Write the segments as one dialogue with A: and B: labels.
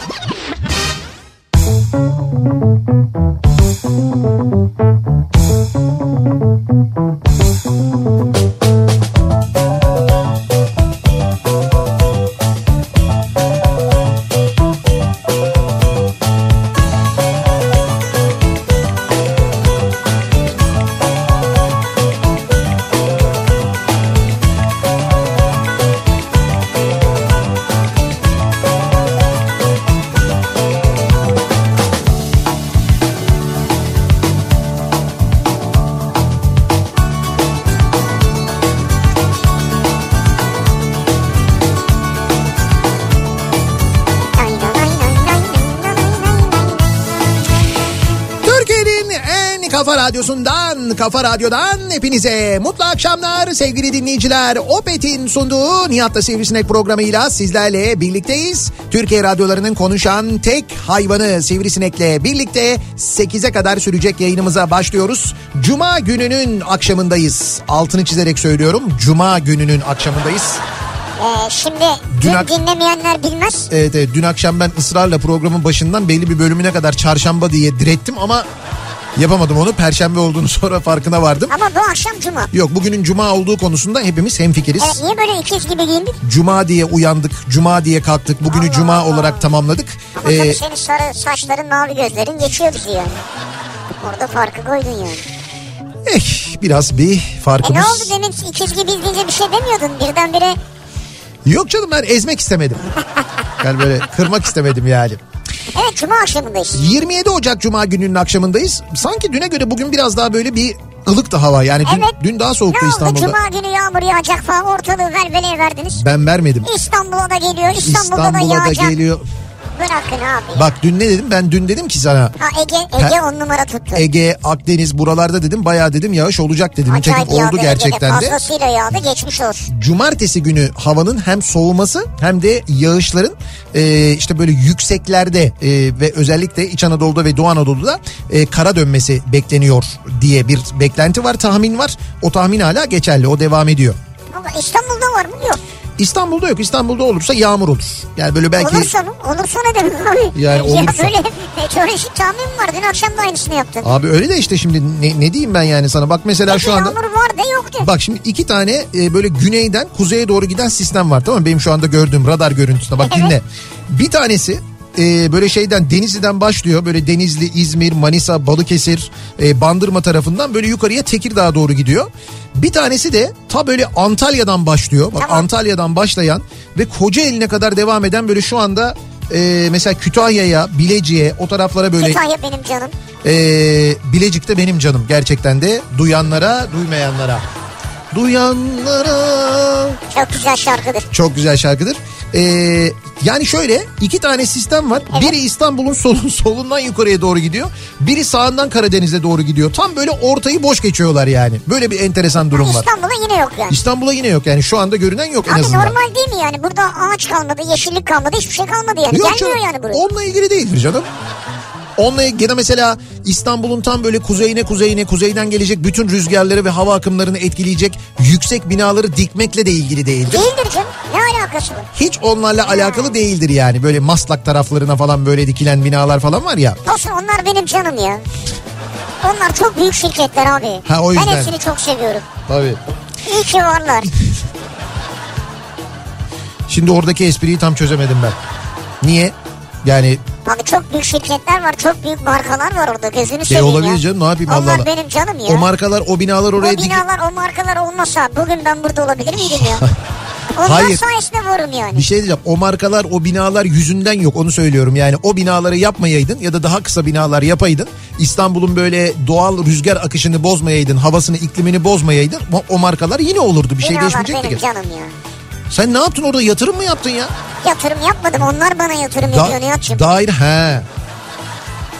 A: Türkiye'nin en kafa radyosundan, kafa radyodan hepinize mutlu akşamlar sevgili dinleyiciler. Opet'in sunduğu Nihat'la Sivrisinek programıyla sizlerle birlikteyiz. Türkiye radyolarının konuşan tek hayvanı Sivrisinek'le birlikte 8'e kadar sürecek yayınımıza başlıyoruz. Cuma gününün akşamındayız. Altını çizerek söylüyorum. Cuma gününün akşamındayız.
B: Ee, şimdi
A: Dün
B: dün
A: ak-
B: dinlemeyenler bilmez.
A: Evet, evet, dün akşam ben ısrarla programın başından belli bir bölümüne kadar çarşamba diye direttim ama yapamadım onu. Perşembe olduğunu sonra farkına vardım.
B: Ama bu akşam cuma.
A: Yok bugünün cuma olduğu konusunda hepimiz hemfikiriz.
B: Evet, niye böyle ikiz gibi giyindik?
A: Cuma diye uyandık, cuma diye kalktık, bugünü
B: Allah
A: cuma
B: Allah.
A: olarak tamamladık.
B: Ama
A: Ee,
B: tabii senin sarı saçların mavi gözlerin geçiyor bizi yani. Orada farkı koydun yani.
A: eh, biraz bir
B: E ne
A: farkımız.
B: oldu demin ikiz gibi izleyince bir şey demiyordun birdenbire.
A: Yok canım ben ezmek istemedim. yani böyle kırmak istemedim yani.
B: Evet cuma akşamındayız.
A: 27 Ocak Cuma gününün akşamındayız. Sanki düne göre bugün biraz daha böyle bir ılıktı hava. Yani dün,
B: Evet.
A: dün daha
B: Ne
A: soğuktu
B: oldu
A: İstanbul'da.
B: cuma günü yağmur yağacak falan ortalığı velveleye verdiniz.
A: Ben vermedim.
B: İstanbul'a da geliyor İstanbul'da da
A: İstanbul'a da
B: yağacak.
A: geliyor.
B: Bırakın abi.
A: Bak dün ne dedim? Ben dün dedim ki sana
B: Ha Ege, Ege on numara tuttu.
A: Ege, Akdeniz buralarda dedim bayağı dedim yağış olacak dedim. Nitekim
B: Acayip yağdı
A: oldu
B: Ege'de.
A: gerçekten de.
B: Fazlasıyla yağdı geçmiş olsun.
A: Cumartesi günü havanın hem soğuması hem de yağışların e, işte böyle yükseklerde e, ve özellikle İç Anadolu'da ve Doğu Anadolu'da e, kara dönmesi bekleniyor diye bir beklenti var, tahmin var. O tahmin hala geçerli, o devam ediyor.
B: Ama İstanbul'da var mı? Yok.
A: İstanbul'da yok, İstanbul'da olursa yağmur olur. Yani böyle belki...
B: Olursa mı? Olursa ne demek abi?
A: Yani olursa.
B: Ya böyle meteorolojik tahmin mi var? Dün akşam da aynısını yaptın.
A: Abi öyle de işte şimdi ne, ne diyeyim ben yani sana bak mesela şu anda...
B: Yağmur var da yok de.
A: Bak şimdi iki tane e, böyle güneyden kuzeye doğru giden sistem var tamam mı? Benim şu anda gördüğüm radar görüntüsüne bak
B: Evet.
A: dinle. Bir tanesi e, böyle şeyden Denizli'den başlıyor. Böyle Denizli, İzmir, Manisa, Balıkesir, e, Bandırma tarafından böyle yukarıya Tekirdağ'a doğru gidiyor. Bir tanesi de ta böyle Antalya'dan başlıyor. Bak
B: Tamam.
A: Antalya'dan başlayan ve Kocaeli'ne kadar devam eden böyle şu anda e, mesela Kütahya'ya, Bilecik'e o taraflara böyle
B: Kütahya benim canım.
A: ee, Bilecik de benim canım gerçekten de duyanlara duymayanlara. Duyanlara
B: Çok güzel şarkıdır.
A: çok güzel şarkıdır. Ee, yani şöyle iki tane sistem var. Biri İstanbul'un solun, solundan yukarıya doğru gidiyor. Biri sağından Karadeniz'e doğru gidiyor. Tam böyle ortayı boş geçiyorlar yani. Böyle bir enteresan durum var.
B: İstanbul'da yine yok yani.
A: İstanbul'a yine yok yani şu anda görünen yok en
B: Abi
A: azından.
B: normal değil mi yani? Burada ağaç kalmadı, yeşillik kalmadı, hiçbir şey kalmadı yani.
A: Yok
B: Gelmiyor
A: canım,
B: yani buraya.
A: Onunla ilgili değildir canım. Onunla ilgili- ya da mesela İstanbul'un tam böyle kuzeyine kuzeyine kuzeyden gelecek bütün rüzgarları ve hava akımlarını etkileyecek yüksek binaları dikmekle de ilgili değildir.
B: Değildir canım. Ne alakası var?
A: Hiç onlarla alakalı değildir yani. Böyle Maslak taraflarına falan böyle dikilen binalar falan var ya.
B: Olsun onlar benim canım ya. Onlar çok büyük şirketler abi.
A: Ha, o yüzden.
B: Ben hepsini çok seviyorum.
A: Tabii.
B: İyi ki varlar.
A: Şimdi oradaki espriyi tam çözemedim ben. Niye? Yani
B: Abi çok büyük şirketler var, çok büyük markalar var orada.
A: şey
B: Gözünü seveyim
A: olabilir
B: ya.
A: canım ne yapayım Allah
B: Onlar
A: Allah.
B: benim canım ya.
A: O markalar o binalar
B: o
A: oraya dik.
B: binalar, o markalar olmasa bugün ben burada olabilir miydim ya? Onlar
A: Hayır.
B: sayesinde varım yani.
A: Bir şey diyeceğim o markalar o binalar yüzünden yok onu söylüyorum yani o binaları yapmayaydın ya da daha kısa binalar yapaydın İstanbul'un böyle doğal rüzgar akışını bozmayaydın havasını iklimini bozmayaydın o, o markalar yine olurdu bir şey
B: Binalar
A: değişmeyecekti
B: benim
A: ki.
B: canım ya.
A: Sen ne yaptın orada yatırım mı yaptın ya?
B: Yatırım yapmadım onlar bana yatırım
A: Da-
B: yapıyor Nihat'cığım.
A: daire he.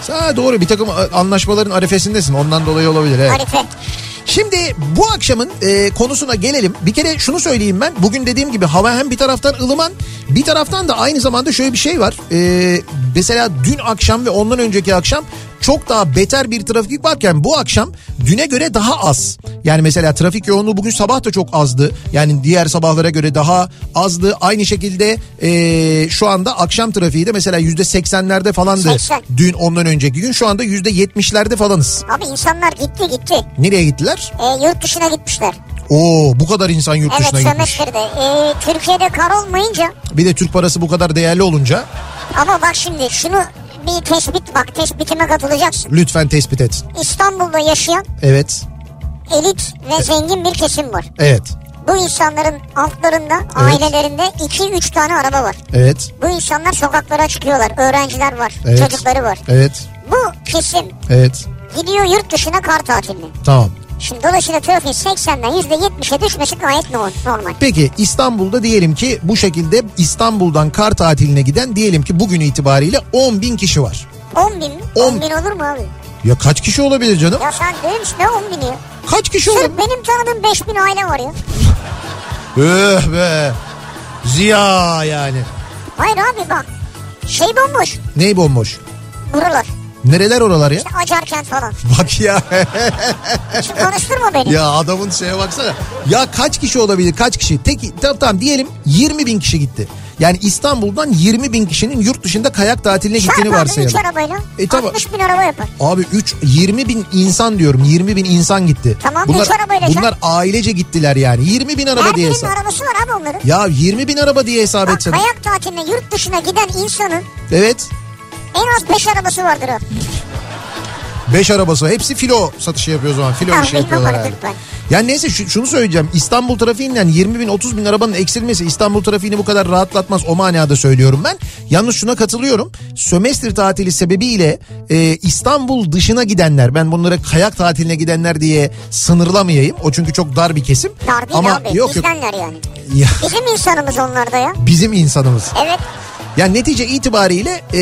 A: Sa doğru bir takım a- anlaşmaların arifesindesin ondan dolayı olabilir. Evet.
B: Arife.
A: Şimdi bu akşamın e, konusuna gelelim. Bir kere şunu söyleyeyim ben. Bugün dediğim gibi hava hem bir taraftan ılıman bir taraftan da aynı zamanda şöyle bir şey var. E, mesela dün akşam ve ondan önceki akşam çok daha beter bir trafik varken bu akşam düne göre daha az. Yani mesela trafik yoğunluğu bugün sabah da çok azdı. Yani diğer sabahlara göre daha azdı. Aynı şekilde e, şu anda akşam trafiği de mesela yüzde seksenlerde falandı.
B: 80.
A: Dün ondan önceki gün şu anda yüzde yetmişlerde falanız.
B: Abi insanlar gitti gitti.
A: Nereye gittiler?
B: E, yurt dışına gitmişler.
A: Oo bu kadar insan yurt
B: Evet
A: dışına gitmiş.
B: sömestrede. E, Türkiye'de kar olmayınca
A: Bir de Türk parası bu kadar değerli olunca
B: ama bak şimdi şunu bir tespit bak tespitime katılacaksın.
A: lütfen tespit et.
B: İstanbul'da yaşayan
A: Evet.
B: elit ve zengin bir kesim var.
A: Evet.
B: Bu insanların altlarında ailelerinde 2-3 tane araba var.
A: Evet.
B: Bu insanlar sokaklara çıkıyorlar. Öğrenciler var.
A: Evet.
B: Çocukları var.
A: Evet.
B: Bu kesim
A: Evet.
B: gidiyor yurt dışına kar tatiline.
A: Tamam.
B: Şimdi dolayısıyla trafiğin 80'den %70'e düşmesi gayet no- normal.
A: Peki İstanbul'da diyelim ki bu şekilde İstanbul'dan kar tatiline giden diyelim ki bugün itibariyle 10 bin kişi var.
B: 10 bin, 10
A: On-
B: bin olur mu abi?
A: Ya kaç kişi olabilir canım?
B: Ya sen dövmüş ne 10 bini? ya?
A: Kaç kişi
B: Sırf
A: olabilir?
B: benim tanıdığım 5 bin aile var ya.
A: Öh be. Ziya yani.
B: Hayır abi bak. Şey bomboş.
A: Ney bomboş?
B: Buralar.
A: Nereler oralar ya?
B: İşte Acarkent falan.
A: Bak ya.
B: Şimdi konuşturma beni.
A: Ya adamın şeye baksana. Ya kaç kişi olabilir kaç kişi? Tek, tamam, tamam diyelim 20 bin kişi gitti. Yani İstanbul'dan 20 bin kişinin yurt dışında kayak tatiline
B: Çarp
A: gittiğini
B: abi 3
A: varsayalım.
B: arabayla.
A: E, tamam.
B: 60 bin araba yapar.
A: Abi 3 20 bin insan diyorum 20 bin insan gitti.
B: Tamam,
A: bunlar,
B: üç arabayla sen-
A: bunlar ailece gittiler yani 20 bin araba
B: Her
A: diye
B: birinin
A: hesap.
B: arabası var abi onların.
A: Ya 20 bin araba diye hesap
B: Bak
A: etsene.
B: kayak tatiline yurt dışına giden insanın
A: Evet
B: en az 5 arabası vardır o.
A: 5 arabası hepsi filo satışı yapıyor o zaman filo
B: Tamam,
A: işi
B: bilmem
A: yapıyorlar.
B: artık
A: Yani.
B: ben.
A: yani neyse şu- şunu söyleyeceğim İstanbul trafiğinden 20 bin 30 bin arabanın eksilmesi İstanbul trafiğini bu kadar rahatlatmaz o manada söylüyorum ben. Yalnız şuna katılıyorum sömestr tatili sebebiyle e, İstanbul dışına gidenler ben bunlara kayak tatiline gidenler diye sınırlamayayım o çünkü çok dar bir kesim.
B: Dar değil
A: Ama
B: abi.
A: yok yok
B: Bizdenler yani.
A: Ya,
B: Bizim insanımız onlarda ya.
A: bizim insanımız.
B: Evet.
A: Yani netice itibariyle e,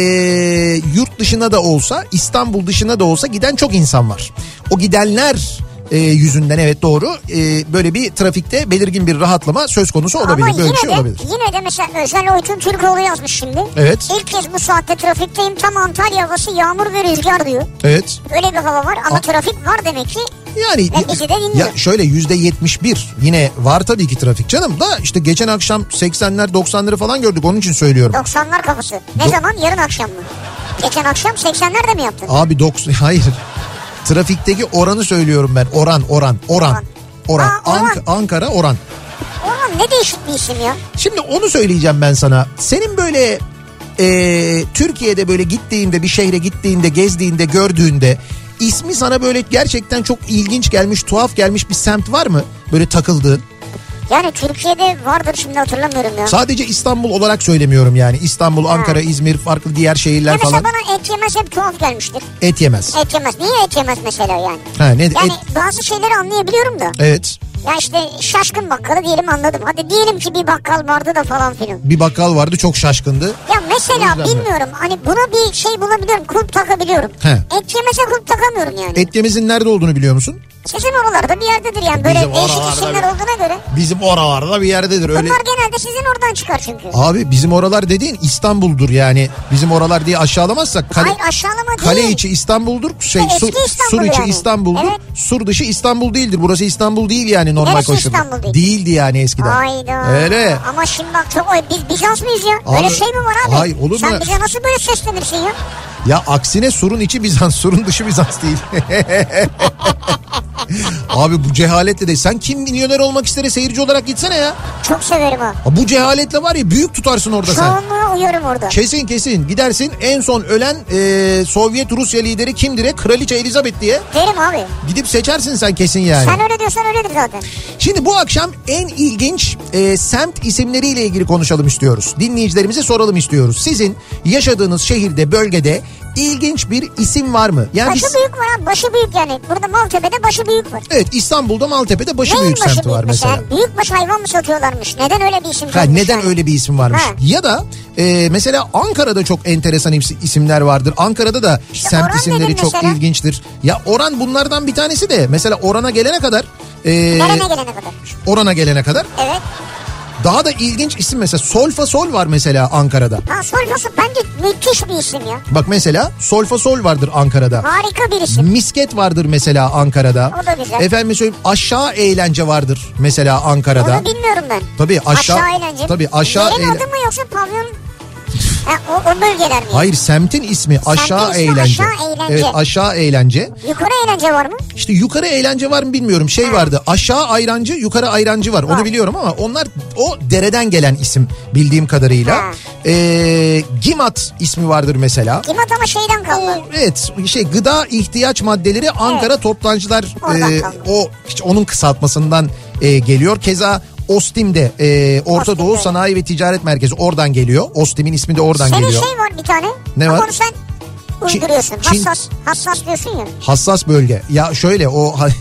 A: yurt dışına da olsa İstanbul dışına da olsa giden çok insan var. O gidenler e, yüzünden evet doğru e, böyle bir trafikte belirgin bir rahatlama söz konusu olabilir.
B: Ama
A: böyle
B: yine
A: bir şey
B: de
A: olabilir.
B: yine de mesela Özel Oytun Türkoğlu yazmış şimdi.
A: Evet.
B: İlk kez bu saatte trafikteyim. Tam Antalya havası yağmur ve rüzgar diyor.
A: Evet.
B: Öyle bir hava var ama
A: A-
B: trafik var demek ki.
A: Yani
B: Neticede dinliyor.
A: ya şöyle yüzde yetmiş bir yine var tabii ki trafik canım da işte geçen akşam 80'ler 90'ları falan gördük onun için söylüyorum.
B: 90'lar kafası. Ne
A: Yok.
B: zaman? Yarın akşam mı? Geçen akşam 80'lerde mi yaptın?
A: Abi 90 hayır. Trafikteki oranı söylüyorum ben. Oran, oran, oran. Oran.
B: Aa, oran.
A: Ank- Ankara oran.
B: Orhan ne değişik bir isim ya.
A: Şimdi onu söyleyeceğim ben sana. Senin böyle e, Türkiye'de böyle gittiğinde bir şehre gittiğinde gezdiğinde gördüğünde ismi sana böyle gerçekten çok ilginç gelmiş tuhaf gelmiş bir semt var mı? Böyle takıldığın.
B: Yani Türkiye'de vardır şimdi hatırlamıyorum ya.
A: Sadece İstanbul olarak söylemiyorum yani. İstanbul, Ankara, İzmir farklı diğer
B: Ya
A: şehirler
B: mesela
A: falan
B: bana et yemez hep tuhaf gelmiştir.
A: et yemez.
B: Et yemez. Niye et yemez mesela yani?
A: Ha ne
B: Yani
A: et-
B: bazı şeyleri anlayabiliyorum da.
A: Evet.
B: Ya işte şaşkın bakkalı diyelim anladım. Hadi diyelim ki bir bakkal vardı da falan filan.
A: Bir bakkal vardı çok şaşkındı.
B: Ya mesela
A: O yüzden mi?
B: bilmiyorum hani buna bir şey bulabiliyorum. Kulp takabiliyorum.
A: He. E-
B: Et yemese kulp takamıyorum yani.
A: Et yemezin nerede olduğunu biliyor musun?
B: Sizin oralarda bir yerdedir yani. Böyle
A: Bizim
B: değişik
A: oralarda
B: isimler
A: bir-
B: olduğuna göre.
A: Bizim oralarda bir yerdedir öyle.
B: Bunlar genelde sizin oradan çıkar çünkü.
A: Abi bizim oralar dediğin İstanbul'dur yani. Bizim oralar diye aşağılamazsak kale,
B: Hayır aşağılama değil.
A: kale içi İstanbul'dur. Şey,
B: Eski
A: sur,
B: İstanbul
A: sur içi
B: yani.
A: İstanbul'dur.
B: Evet.
A: Sur dışı İstanbul değildir. Burası İstanbul değil yani normal
B: Neresi
A: koşulda.
B: İstanbul değil?
A: Değildi yani eskiden.
B: Hayda.
A: Öyle.
B: Ama şimdi bak çok oy biz Bizans mıyız ya?
A: Abi-
B: Böyle şey mi var abi?
A: Hayır, olur mu
B: Sen
A: ya?
B: bize nasıl böyle seslenirsin ya?
A: Ya aksine surun içi Bizans, surun dışı Bizans değil. Abi bu cehaletle de sen kim milyoner olmak istere seyirci olarak gitsene ya.
B: Çok severim o.
A: Ha Bu cehaletle var ya büyük tutarsın orada sen.
B: Çoğunluğu ama uyuyorum orada.
A: Kesin kesin gidersin en son ölen e, Sovyet Rusya lideri kimdir? Kraliçe Elizabeth diye
B: Derim abi.
A: gidip seçersin sen kesin yani.
B: Sen öyle diyorsan öyledir zaten.
A: Şimdi bu akşam en ilginç e, semt isimleriyle ilgili konuşalım istiyoruz. Dinleyicilerimize soralım istiyoruz. Sizin yaşadığınız şehirde, bölgede ilginç bir isim var mı? Yani
B: Başı
A: biz-
B: büyük var abi başı büyük yani. Burada Maltepe'de başı büyük var.
A: Evet İstanbul'da Maltepe'de başı
B: Neyin
A: büyük
B: başı
A: semti var
B: büyükmüş
A: mesela.
B: yani? Büyükbaş hayvan mı satıyorlarmış? Neden öyle bir isim
A: Ha,
B: koymuşlar?
A: neden öyle bir isim varmış?
B: Ha.
A: Ya da e, mesela Ankara'da çok enteresan is- isimler vardır. Ankara'da da semt
B: Orhan
A: isimleri
B: dedin
A: çok
B: mesela.
A: ilginçtir. Ya Orhan bunlardan bir tanesi de mesela Orhan'a gelene kadar e,
B: Nerene gelene kadar.
A: Orhan'a gelene kadar
B: Evet.
A: daha da ilginç isim mesela Solfa Sol var mesela Ankara'da.
B: Ha Solfası bence müthiş bir isim ya.
A: Bak mesela Solfa Sol vardır Ankara'da.
B: Harika bir isim.
A: Misket vardır mesela Ankara'da.
B: O da güzel.
A: Efendim söyleyeyim aşağı eğlence vardır mesela Ankara'da.
B: Onu bilmiyorum ben.
A: Tabii aşağı-
B: eğlence. mi?
A: tabii aşağı
B: Yerin
A: eğlen-
B: adı mı yoksa pavyon? Ha, o, o bölgeler mi?
A: Hayır semtin ismi aşağı
B: ismi
A: eğlence.
B: aşağı eğlence.
A: Evet aşağı eğlence.
B: Yukarı eğlence var mı?
A: İşte yukarı eğlence var mı bilmiyorum. Şey vardı aşağı ayrancı yukarı ayrancı var. Onu
B: Var.
A: biliyorum ama onlar o dereden gelen isim bildiğim kadarıyla.
B: Ha.
A: Ee, Gimat ismi vardır mesela.
B: Gimat ama şeyden kalma.
A: Evet şey gıda ihtiyaç maddeleri Ankara Toptancılar
B: Oradan
A: e,
B: kaldı.
A: o işte onun kısaltmasından e, geliyor. Keza Ostim'de e, Orta
B: Ostim'de.
A: Doğu Sanayi ve Ticaret Merkezi oradan geliyor. Ostim'in ismi de oradan
B: Senin
A: geliyor.
B: şey var bir tane.
A: Ne
B: ama
A: var?
B: Onu sen uyduruyorsun.
A: Çin-
B: hassas, hassas diyorsun ya.
A: Hassas bölge. Ya şöyle o
B: Hayır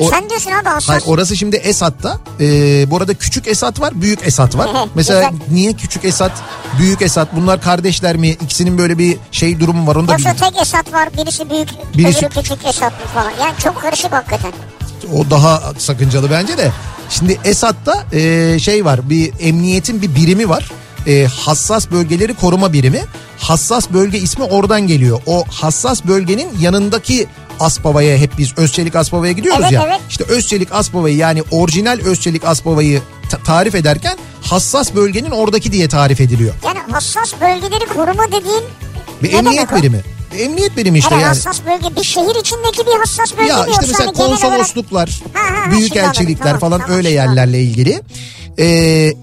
A: o-
B: sen diyorsun abi hassas.
A: Hayır, orası şimdi Esat'ta. Ee, bu arada küçük Esat var, büyük Esat var. Mesela
B: Güzel.
A: niye küçük Esat, büyük Esat? Bunlar kardeşler mi? İkisinin böyle bir şey durumu var. Onu da
B: Yoksa
A: bilmiyorum.
B: tek Esat var birisi büyük
A: Birisi-
B: öbürü küçük Esat mı falan. Yani çok karışık hakikaten.
A: O daha sakıncalı bence de. Şimdi Esat'ta e, şey var bir emniyetin bir birimi var. E, hassas bölgeleri koruma birimi. Hassas bölge ismi oradan geliyor. O hassas bölgenin yanındaki Aspava'ya hep biz Özçelik Aspava'ya gidiyoruz
B: Evet,
A: ya.
B: evet.
A: İşte Özçelik Aspava'yı yani orijinal Özçelik Aspava'yı ta- tarif ederken hassas bölgenin oradaki diye tarif ediliyor.
B: Yani hassas bölgeleri koruma dediğin
A: Bir
B: ne
A: emniyet
B: demek o?
A: birimi. Bir emniyet birimi işte
B: Hele
A: yani.
B: hassas bölge bir şehir içindeki bir hassas bölge
A: Ya
B: mi
A: işte
B: yoksa
A: mesela
B: hani genel olarak-
A: konsolosluklar,
B: Ha, ha, ha, şimdi
A: büyükelçilikler
B: anladım. Tamam,
A: falan
B: tamam,
A: öyle
B: şimdi anladım.
A: yerlerle ilgili. Ee,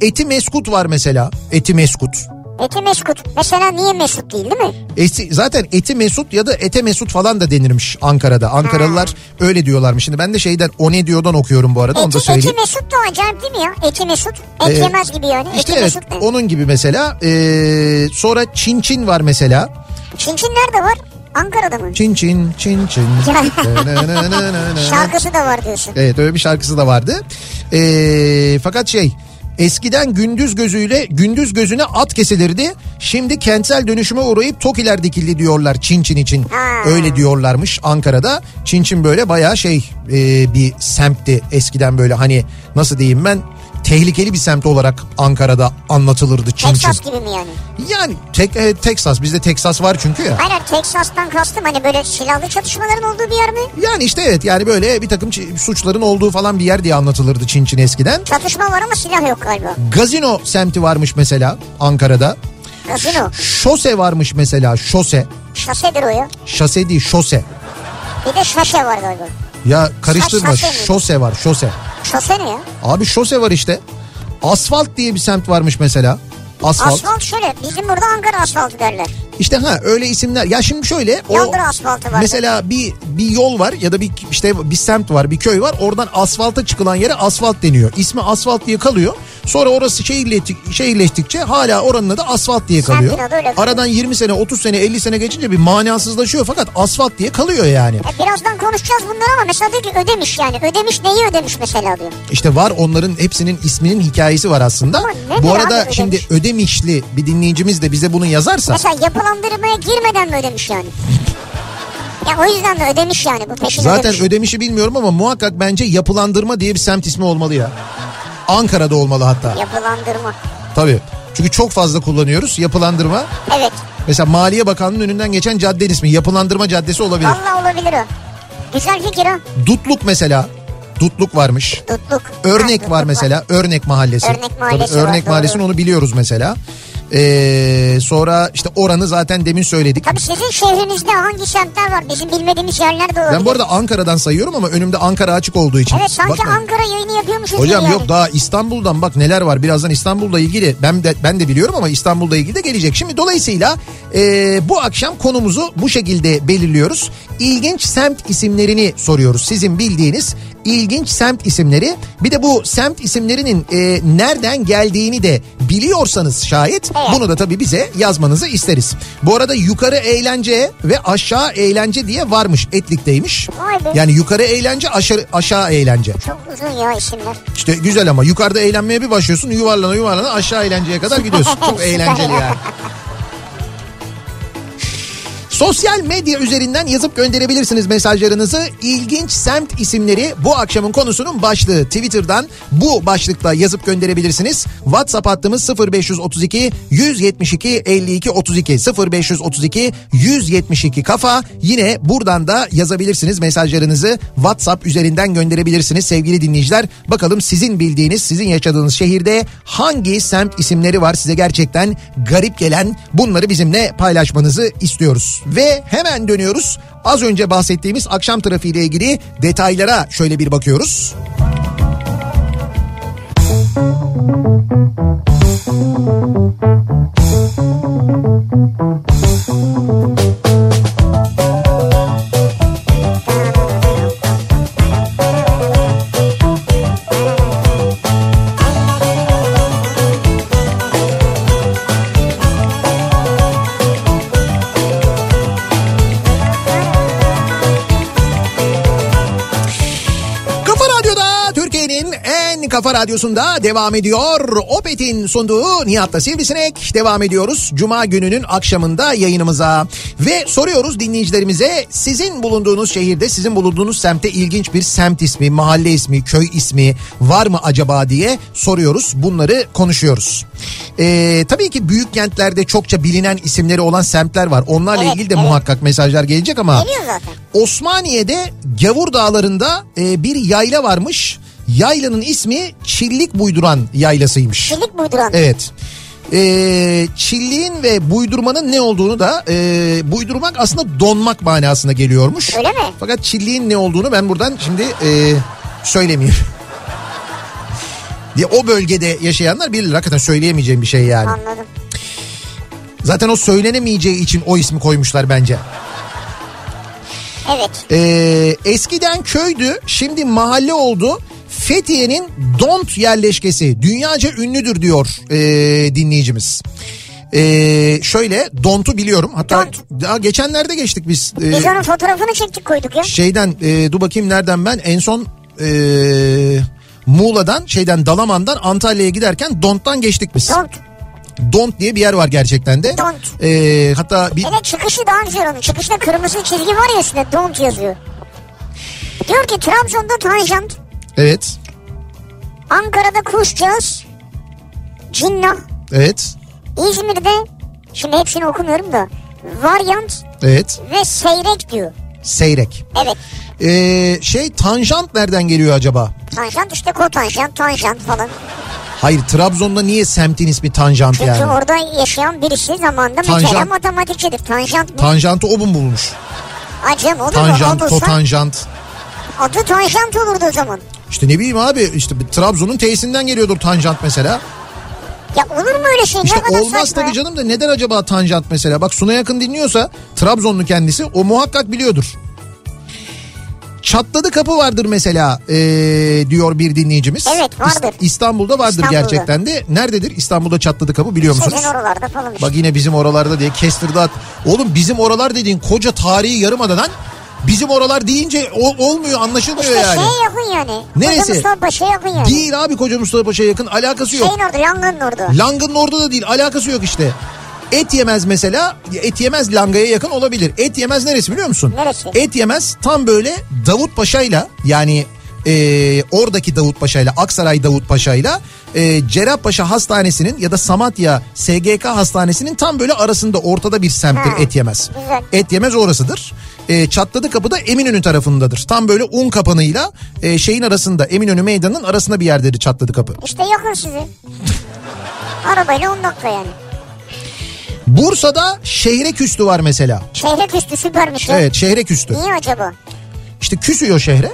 A: eti meskut var mesela. Eti meskut.
B: Eti Mesut. Mesela niye Mesut değil değil mi?
A: Eti, zaten eti mesut ya da ete mesut falan da denirmiş Ankara'da. Ankaralılar öyle diyorlarmış. Şimdi ben de şeyden o ne diyordan okuyorum bu arada onu da
B: Eti, eti
A: söyleyeyim.
B: Mesut da acayip değil mi ya? Eti Mesut. Et
A: Ee,
B: yemez gibi yani.
A: İşte
B: eti
A: evet
B: Mesut ne?
A: onun gibi mesela. Ee, sonra çin çin var mesela.
B: Çin Çin nerede var? Ankara'da mı?
A: Çin çin çin çin.
B: Şarkısı da var diyorsun.
A: Evet öyle bir şarkısı da vardı. Ee, fakat şey eskiden gündüz gözüyle gündüz gözüne at kesilirdi. Şimdi kentsel dönüşüme uğrayıp tokiler dikildi diyorlar Çin Çin için.
B: Ha.
A: Öyle diyorlarmış Ankara'da. Çin Çin böyle bayağı şey e, bir semtti eskiden böyle hani nasıl diyeyim ben tehlikeli bir semt olarak Ankara'da anlatılırdı Çin Çin.
B: Texas gibi mi yani?
A: Yani tek, e, Texas bizde Texas var çünkü ya.
B: Hayır hayır, Texas'tan kastım hani böyle silahlı çatışmaların olduğu bir yer mi?
A: Yani işte evet yani böyle bir takım çi- suçların olduğu falan bir yer diye anlatılırdı Çin Çin eskiden.
B: Çatışma var ama silah yok galiba.
A: Gazino semti varmış mesela Ankara'da.
B: Gazino.
A: Şose varmış mesela şose.
B: Şasedir o ya.
A: Şase değil şose.
B: Bir de şase var galiba.
A: Ya karıştırma
B: Şase mi?
A: şose var şose.
B: Şase ne ya?
A: Abi şose var işte. Asfalt diye bir semt varmış mesela. Asfalt.
B: Asfalt şöyle bizim burada Ankara asfaltı derler.
A: İşte ha öyle isimler. Ya şimdi şöyle o
B: Yandır asfaltı var.
A: mesela bir bir yol var ya da bir işte bir semt var, bir köy var. Oradan asfalta çıkılan yere asfalt deniyor. İsmi asfalt diye kalıyor. Sonra orası şehirleştik, şehirleştikçe hala oranın adı asfalt diye
B: Semtin
A: kalıyor.
B: adı öyle kalıyor.
A: Aradan 20 sene, 30 sene, 50 sene geçince bir manasızlaşıyor fakat asfalt diye kalıyor yani.
B: E, birazdan konuşacağız bunları ama mesela diyor ki ödemiş yani. Ödemiş neyi ödemiş mesela diyor.
A: İşte var onların hepsinin isminin hikayesi var aslında.
B: Ama nedir
A: Bu
B: abi
A: arada
B: ödemiş?
A: şimdi ödemişli bir dinleyicimiz de bize bunu yazarsa
B: Mesela yapılandırmaya girmeden mi ödemiş yani? Ya o yüzden de ödemiş yani bu peşin
A: Zaten
B: ödemiş.
A: ödemişi bilmiyorum ama muhakkak bence yapılandırma diye bir semt ismi olmalı ya. Ankara'da olmalı hatta.
B: Yapılandırma.
A: Tabii. Çünkü çok fazla kullanıyoruz yapılandırma.
B: Evet.
A: Mesela Maliye Bakanlığı'nın önünden geçen cadde ismi yapılandırma caddesi olabilir.
B: Valla olabilir o. Güzel fikir o.
A: Dutluk mesela. Dutluk varmış.
B: Dutluk. Ha,
A: Örnek
B: dutluk
A: var mesela. Örnek Mahallesi.
B: Örnek Mahallesi
A: Tabii
B: var,
A: örnek
B: doğru.
A: Mahallesi'ni onu biliyoruz mesela. Ee, sonra işte oranı zaten demin söyledik.
B: Tabii sizin şehrinizde hangi semtler var? Bizim bilmediğimiz yerler de olabilir.
A: Ben bu arada Ankara'dan sayıyorum ama önümde Ankara açık olduğu için.
B: Evet sanki
A: Bakma.
B: Ankara yayını yapıyormuşuz gibi
A: Hocam
B: yani.
A: yok daha İstanbul'dan bak neler var birazdan İstanbul'la ilgili ben de ben de biliyorum ama İstanbul'la ilgili de gelecek. Şimdi dolayısıyla e, bu akşam konumuzu bu şekilde belirliyoruz. İlginç semt isimlerini soruyoruz. Sizin bildiğiniz ilginç semt isimleri bir de bu semt isimlerinin e, nereden geldiğini de biliyorsanız şayet bunu da tabii bize yazmanızı isteriz. Bu arada yukarı eğlence ve aşağı eğlence diye varmış etlikteymiş.
B: Vay be.
A: Yani yukarı eğlence aşağı, aşağı eğlence.
B: Çok uzun ya isimler.
A: İşte güzel ama yukarıda eğlenmeye bir başlıyorsun yuvarlana yuvarlana aşağı eğlenceye kadar gidiyorsun. Çok eğlenceli yani. Sosyal medya üzerinden yazıp gönderebilirsiniz mesajlarınızı. İlginç semt isimleri bu akşamın konusunun başlığı. Twitter'dan bu başlıkla yazıp gönderebilirsiniz. WhatsApp hattımız 0532 172 52 32 0532 172 kafa. Yine buradan da yazabilirsiniz mesajlarınızı. WhatsApp üzerinden gönderebilirsiniz sevgili dinleyiciler. Bakalım sizin bildiğiniz, sizin yaşadığınız şehirde hangi semt isimleri var size gerçekten garip gelen bunları bizimle paylaşmanızı istiyoruz. Ve hemen dönüyoruz. Az önce bahsettiğimiz akşam trafiğiyle ilgili detaylara şöyle bir bakıyoruz. Kafa Radyo'da Türkiye'nin en kafa radyosunda devam ediyor. Opet'in sunduğu Nihat'la Sivrisinek devam ediyoruz. Cuma gününün akşamında yayınımıza. Ve soruyoruz dinleyicilerimize sizin bulunduğunuz şehirde, sizin bulunduğunuz semtte ilginç bir semt ismi, mahalle ismi, köy ismi var mı acaba diye soruyoruz. Bunları konuşuyoruz. Ee, tabii ki büyük kentlerde çokça bilinen isimleri olan semtler var. Onlarla
B: Evet,
A: ilgili de
B: evet.
A: muhakkak mesajlar gelecek ama...
B: Geliyor zaten.
A: Osmaniye'de Gavur Dağları'nda e, bir yayla varmış. Yaylanın ismi Çillik Buyduran Yaylası'ymış.
B: Çilik buyduran.
A: Evet. E, çilliğin ve buydurmanın ne olduğunu da e, buydurmak aslında donmak manasına geliyormuş.
B: Öyle mi?
A: Fakat çilliğin ne olduğunu ben buradan şimdi e, söylemeyeyim. Diye o bölgede yaşayanlar bilir hakikaten söyleyemeyeceğim bir şey yani.
B: Anladım.
A: Zaten o söylenemeyeceği için o ismi koymuşlar bence.
B: Evet.
A: Ee, eskiden köydü, şimdi mahalle oldu. Fethiye'nin Dont yerleşkesi dünyaca ünlüdür diyor ee, dinleyicimiz. Ee, şöyle Dont'u biliyorum. Hatta daha geçenlerde geçtik biz. ee,
B: Biz onun fotoğrafını çektik koyduk ya.
A: şeyden ee, dur bakayım nereden ben en son ee, Muğla'dan şeyden Dalaman'dan Antalya'ya giderken Dont'tan geçtik biz.
B: Don't.
A: Dont diye bir yer var gerçekten de.
B: Dont.
A: Ee, hatta bir
B: Hele çıkışı daha güzel onun. Çıkışta kırmızı çizgi var ya üstünde don't yazıyor. Diyor ki Trabzon'da tanjant,
A: evet
B: Ankara'da kuşcağız, cinna,
A: evet
B: İzmir'de şimdi hepsini okumuyorum da varyant
A: evet
B: ve seyrek diyor.
A: seyrek.
B: Evet
A: Ee, şey tanjant nereden geliyor acaba?
B: tanjant işte kotanjant, tanjant falan.
A: Hayır Trabzon'da niye semtin ismi tanjant
B: Çünkü
A: yani?
B: orada yaşayan birisi zamanında mesela
A: Tanjant.
B: matematikçidir. Tanjant mı?
A: Tanjantı o mu bulmuş?
B: Acem olur
A: Tanjant,
B: mu? Olursa
A: kotanjant.
B: adı tanjant olurdu o zaman.
A: İşte ne bileyim abi işte bir Trabzon'un T'sinden geliyordur tanjant mesela.
B: Ya olur mu öyle şey?
A: İşte
B: ne kadar
A: olmaz
B: saçma.
A: tabii canım da neden acaba tanjant mesela? Bak Suna yakın dinliyorsa Trabzonlu kendisi o muhakkak biliyordur. Çatladı kapı vardır mesela ee, diyor bir dinleyicimiz.
B: Evet, vardır.
A: İs- İstanbul'da vardır
B: İstanbul'da. Şey,
A: gerçekten de. Nerededir İstanbul'da çatladı kapı biliyor musunuz?
B: Sizin oralarda falan işte.
A: Bak yine bizim oralarda diye kestirdi at. Oğlum bizim oralar dediğin koca tarihi yarımadadan bizim oralar deyince o- olmuyor anlaşılmıyor
B: İşte
A: yani.
B: şeye yakın yani.
A: Neresi?
B: Koca Mustafa Paşa'ya yakın yani.
A: Değil abi koca Mustafa Paşa'ya yakın alakası yok.
B: Şeyin orada yangının orada.
A: Langının orada da değil alakası yok işte. Et yemez mesela et yemez langaya yakın olabilir. Et yemez neresi biliyor musun?
B: Neresi?
A: Et yemez tam böyle Davut Paşa'yla yani e, oradaki Davut Paşa'yla Aksaray Davut Paşa'yla e, Cerrahpaşa Hastanesi'nin ya da Samatya SGK Hastanesi'nin tam böyle arasında ortada bir semttir
B: Ha,
A: et yemez.
B: güzel.
A: Et yemez orasıdır. E, çatladı kapı da Eminönü tarafındadır. Tam böyle un kapanıyla e, şeyin arasında Eminönü Meydanı'nın arasında bir yerdedir çatladı kapı.
B: İşte yakın size. Arabayla 10 dakika yani.
A: Bursa'da şehre küstü var mesela.
B: Şehre küstü süpermiş ya.
A: Evet şehre küstü.
B: Niye acaba?
A: İşte küsüyor şehre.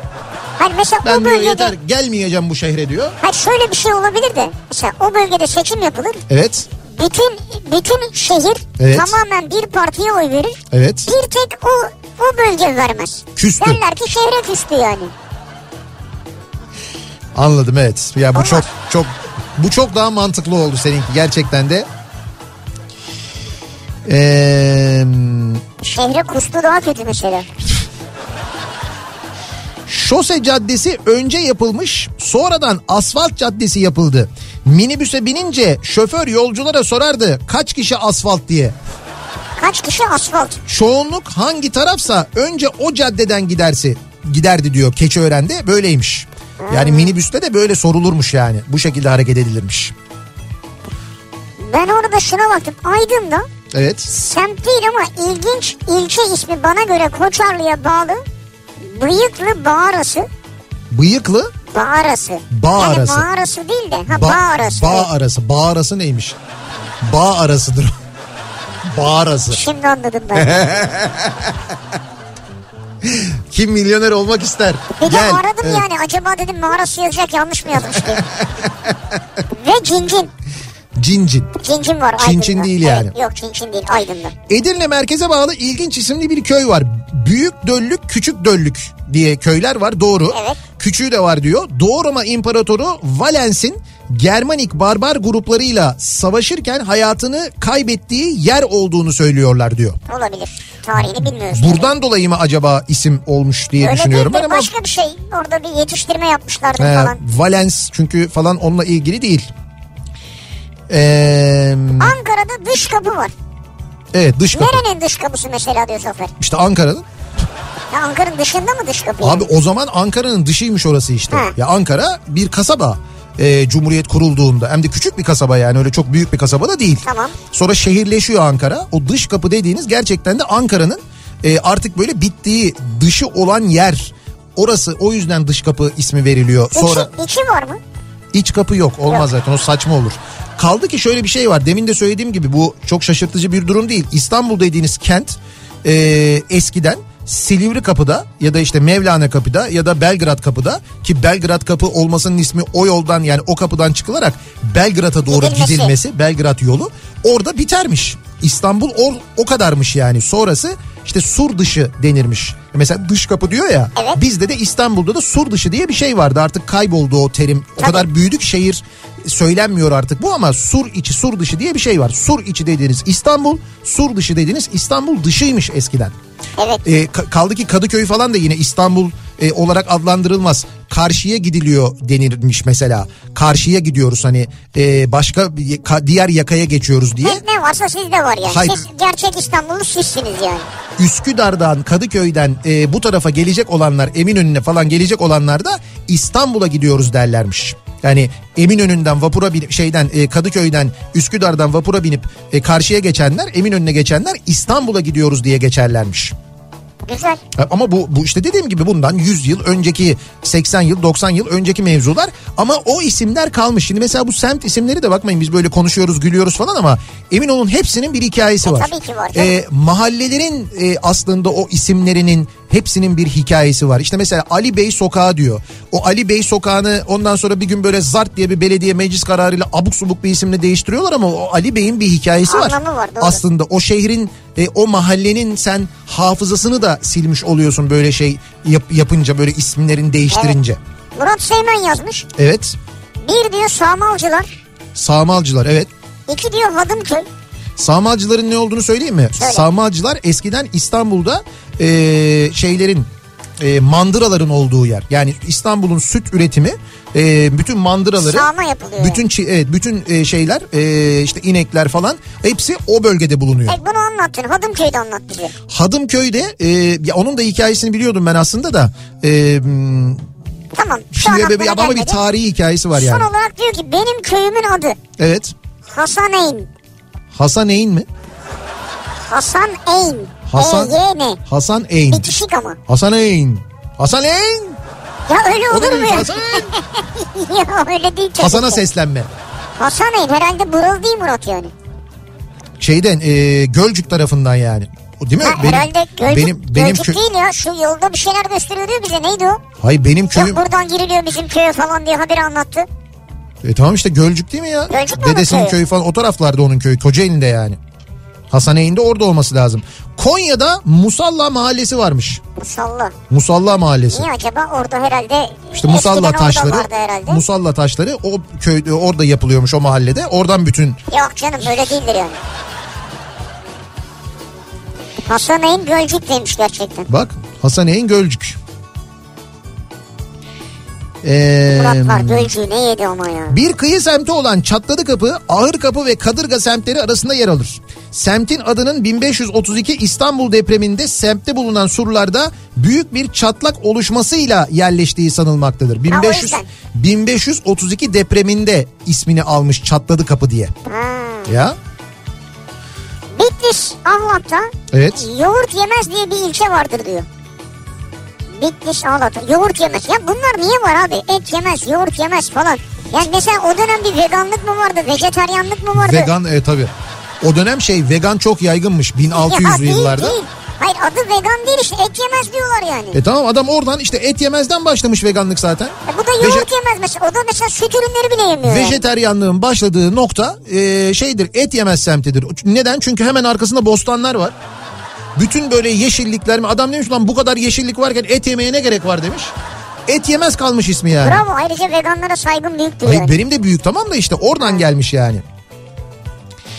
B: Hayır mesela o
A: Ben diyor
B: bölgede...
A: yeter gelmeyeceğim bu şehre diyor.
B: Hayır şöyle bir şey olabilir de. Mesela o bölgede seçim yapılır.
A: Evet.
B: Bütün bütün şehir
A: Evet.
B: tamamen bir partiye oy verir.
A: Evet.
B: Bir tek o o bölge vermez.
A: Küstü.
B: Derler ki şehre küstü yani.
A: Anladım evet. Ya bu
B: Ama-
A: çok çok bu çok daha mantıklı oldu seninki gerçekten de. Ee,
B: Şehre kustu daha kötü mesela.
A: Şose Caddesi önce yapılmış, sonradan asfalt caddesi yapıldı. Minibüse binince şoför yolculara sorardı kaç kişi asfalt diye.
B: Kaç kişi asfalt?
A: Çoğunluk hangi tarafsa önce o caddeden giderse giderdi diyor Keçiören'de böyleymiş.
B: Hmm.
A: Yani minibüste de böyle sorulurmuş yani. Bu şekilde hareket edilirmiş.
B: Ben orada şuna baktım. Aydın'da
A: Evet.
B: semt değil ama ilginç ilçe ismi bana göre Koçarlı'ya bağlı. Bıyıklı Bağrası.
A: Bıyıklı
B: Bağrası.
A: Bağrası.
B: Yani Bağrası Hani değil de. Ha
A: Ba-
B: Bağrası.
A: Bağ arası. Bağ arası neymiş? Bağ arasıdır. o. Bağ arası.
B: Şimdi anladım ben.
A: Kim milyoner olmak ister?
B: Bir de
A: Gel.
B: aradım
A: Evet.
B: yani acaba dedim mağarası yazacak yanlış mı yazmış diye. Ve cincin.
A: Cincin.
B: Cincin var
A: Çin
B: Aydın'da.
A: Çin değil
B: Evet,
A: yani.
B: yok cincin değil Aydın'da.
A: Edirne merkeze bağlı ilginç isimli bir köy var. Büyük Döllük, Küçük Döllük diye köyler var doğru.
B: Evet.
A: Küçüğü de var diyor. Doğu Roma İmparatoru Valens'in Germanik barbar gruplarıyla savaşırken hayatını kaybettiği yer olduğunu söylüyorlar diyor.
B: Olabilir. Tarihini bilmiyoruz.
A: Buradan dolayı mı acaba isim olmuş diye
B: Öyle
A: düşünüyorum
B: değil
A: ben
B: de
A: ama
B: başka bir şey. Orada bir yetiştirme yapmışlardı
A: Ee,
B: falan.
A: Valens çünkü falan onunla ilgili değil. Ee,
B: Ankara'da dış kapı var.
A: evet dış kapı.
B: Nerenin dış kapısı mesela diyor Zafer.
A: İşte Ankara'nın.
B: Ya Ankara'nın dışında mı dış kapı?
A: Abi o zaman Ankara'nın dışıymış orası işte.
B: Hı.
A: Ya Ankara bir kasaba. Ee, Cumhuriyet kurulduğunda hem de küçük bir kasaba yani öyle çok büyük bir kasaba da değil.
B: Tamam.
A: Sonra şehirleşiyor Ankara. O dış kapı dediğiniz gerçekten de Ankara'nın e, artık böyle bittiği dışı olan yer. Orası o yüzden dış kapı ismi veriliyor. Sonra
B: İçi, içi var mı?
A: İç kapı yok olmaz zaten o saçma olur. Kaldı ki şöyle bir şey var demin de söylediğim gibi bu çok şaşırtıcı bir durum değil. İstanbul dediğiniz kent e, eskiden Silivri kapıda ya da işte Mevlana kapıda ya da Belgrad kapıda ki Belgrad kapı olmasının ismi o yoldan yani o kapıdan çıkılarak Belgrad'a doğru
B: Gidilmesi.
A: gidilmesi Belgrad yolu orada bitermiş. İstanbul o, o kadarmış yani sonrası işte sur dışı denirmiş. Mesela dış kapı diyor ya
B: Evet.
A: bizde de İstanbul'da da sur dışı diye bir şey vardı artık kayboldu o terim o
B: Tabii.
A: kadar büyüdük şehir söylenmiyor artık bu ama sur içi sur dışı diye bir şey var. Sur içi dediğiniz İstanbul, sur dışı dediğiniz İstanbul dışıymış eskiden.
B: Evet.
A: E, ka- kaldı ki Kadıköy falan da yine İstanbul e, olarak adlandırılmaz. Karşıya gidiliyor denirmiş mesela. Karşıya gidiyoruz hani e, başka bir- ka- diğer yakaya geçiyoruz diye.
B: Ne, ne varsa sizde var yani.
A: Hayır.
B: Siz gerçek İstanbullu sizsiniz yani.
A: Üsküdar'dan Kadıköy'den e, bu tarafa gelecek olanlar Eminönü'ne falan gelecek olanlar da İstanbul'a gidiyoruz derlermiş. Yani Eminönü'nden vapura binip şeyden e, Kadıköy'den Üsküdar'dan vapura binip e, karşıya geçenler Eminönü'ne geçenler İstanbul'a gidiyoruz diye geçerlermiş.
B: Güzel.
A: E, Ama bu, bu işte dediğim gibi bundan 100 yıl önceki 80 yıl 90 yıl önceki mevzular ama o isimler kalmış. Şimdi mesela bu semt isimleri de bakmayın biz böyle konuşuyoruz gülüyoruz falan ama emin olun hepsinin bir hikayesi
B: E,
A: var.
B: tabii ki var,
A: E,
B: tabii.
A: mahallelerin e, aslında o isimlerinin hepsinin bir hikayesi var. İşte mesela Ali Bey Sokağı diyor. O Ali Bey Sokağı'nı ondan sonra bir gün böyle zart diye bir belediye meclis kararıyla abuk subuk bir isimle değiştiriyorlar ama o Ali Bey'in bir hikayesi var.
B: Anlamı var, doğru.
A: Aslında aslında o şehrin e, o mahallenin sen hafızasını da silmiş oluyorsun böyle şey yap- yapınca böyle isimlerini değiştirince.
B: Murat Seymen yazmış.
A: Evet.
B: Bir diyor Sağmalcılar.
A: Sağmalcılar evet.
B: iki diyor Hadımköy.
A: Sağmalcıların ne olduğunu söyleyeyim mi?
B: Söyle.
A: Sağmalcılar eskiden İstanbul'da e, şeylerin e, mandıraların olduğu yer. Yani İstanbul'un süt üretimi e, bütün mandıraları
B: Sağma yapılıyor.
A: bütün çi- evet bütün e, şeyler e, işte inekler falan hepsi o bölgede bulunuyor.
B: E, bunu anlattın. Hadımköy'de anlat bize.
A: Hadımköy'de e, ya onun da hikayesini biliyordum ben aslında da. E, m,
B: Tamam. şu an
A: şimdi bir,
B: aklıma
A: ama bir
B: gelmedi.
A: tarihi hikayesi var yani.
B: Son olarak diyor ki benim köyümün adı
A: Evet.
B: Hasan Eyn.
A: Hasan Eyn mi?
B: Hasan Eyn.
A: Hasan
B: E, Y, N.
A: Hasan Eyn.
B: Bitişik ama.
A: Hasan Eyn. Hasan Eyn.
B: Ya öyle
A: O da
B: olur mu?
A: değil,
B: ya?
A: Hasan Eyn.
B: ya öyle değil. tabii
A: Hasan'a
B: ki.
A: seslenme.
B: Hasan Eyn herhalde buralı değil Murat yani.
A: şeyden e, Gölcük tarafından yani. O değil mi?
B: Ha, herhalde Gölcük,
A: benim benim kö-
B: Gölcük değil ya şu yolda bir şeyler gösteriyordu ya bize neydi o?
A: Hayır benim
B: Yok
A: köyüm.
B: buradan giriliyor bizim köye falan diye haberi anlattı.
A: E tamam işte Gölcük değil mi ya?
B: Gölcük mü onun
A: Dedesinin
B: köyü?
A: köyü falan o taraflarda onun köyü. Kocaeli'nde yani. Hasaneyi'nde orada olması lazım. Konya'da Musalla Mahallesi varmış.
B: Musalla.
A: Musalla Mahallesi.
B: Niye acaba orada herhalde
A: İşte
B: eskiden
A: Musalla
B: orada
A: taşları.
B: vardı herhalde.
A: Musalla taşları o köyde orada yapılıyormuş o mahallede. Oradan bütün
B: Yok canım böyle değildir yani. Hasanay'ın Gölcük demiş gerçekten.
A: bak Hasaneyin Gölcük. Ee,
B: Murat var Gölcük'ü ne yedi ama ya.
A: Bir kıyı semti olan Çatladı Kapı, Ağır Kapı ve Kadırga semtleri arasında yer alır. Semtin adının 1532 İstanbul depreminde semtte bulunan surlarda büyük bir çatlak oluşmasıyla yerleştiği sanılmaktadır. 1500
B: yüzden.
A: 1532 depreminde ismini almış Çatladı Kapı diye. Ya
B: Bitlis Ahlat'ta
A: evet.
B: yoğurt yemez diye bir ilçe vardır diyor. Bitlis Ahlat'ta yoğurt yemez. Ya bunlar niye var abi? Et yemez, yoğurt yemez falan. Yani mesela o dönem bir veganlık mı vardı, vejetaryanlık mı vardı?
A: Vegan e, tabii. O dönem şey vegan çok yaygınmış
B: Ya
A: 1600'lü
B: değil,
A: yıllarda.
B: Değil. Hayır adı vegan değil işte et yemez diyorlar yani.
A: E tamam adam oradan işte et yemezden başlamış veganlık zaten.
B: E bu da yoğurt
A: Veje-
B: yemez mesela. O da mesela süt ürünleri bile yemiyor. yani.
A: Vejeteryanlığın başladığı nokta e, şeydir et yemez semtidir. Neden? Çünkü hemen arkasında bostanlar var. Bütün böyle yeşillikler mi? Adam demiş lan bu kadar yeşillik varken et yemeye ne gerek var demiş. Et yemez kalmış ismi yani.
B: Bravo ayrıca veganlara saygım büyüktür
A: Hayır,
B: yani.
A: benim de büyük tamam da işte oradan gelmiş yani.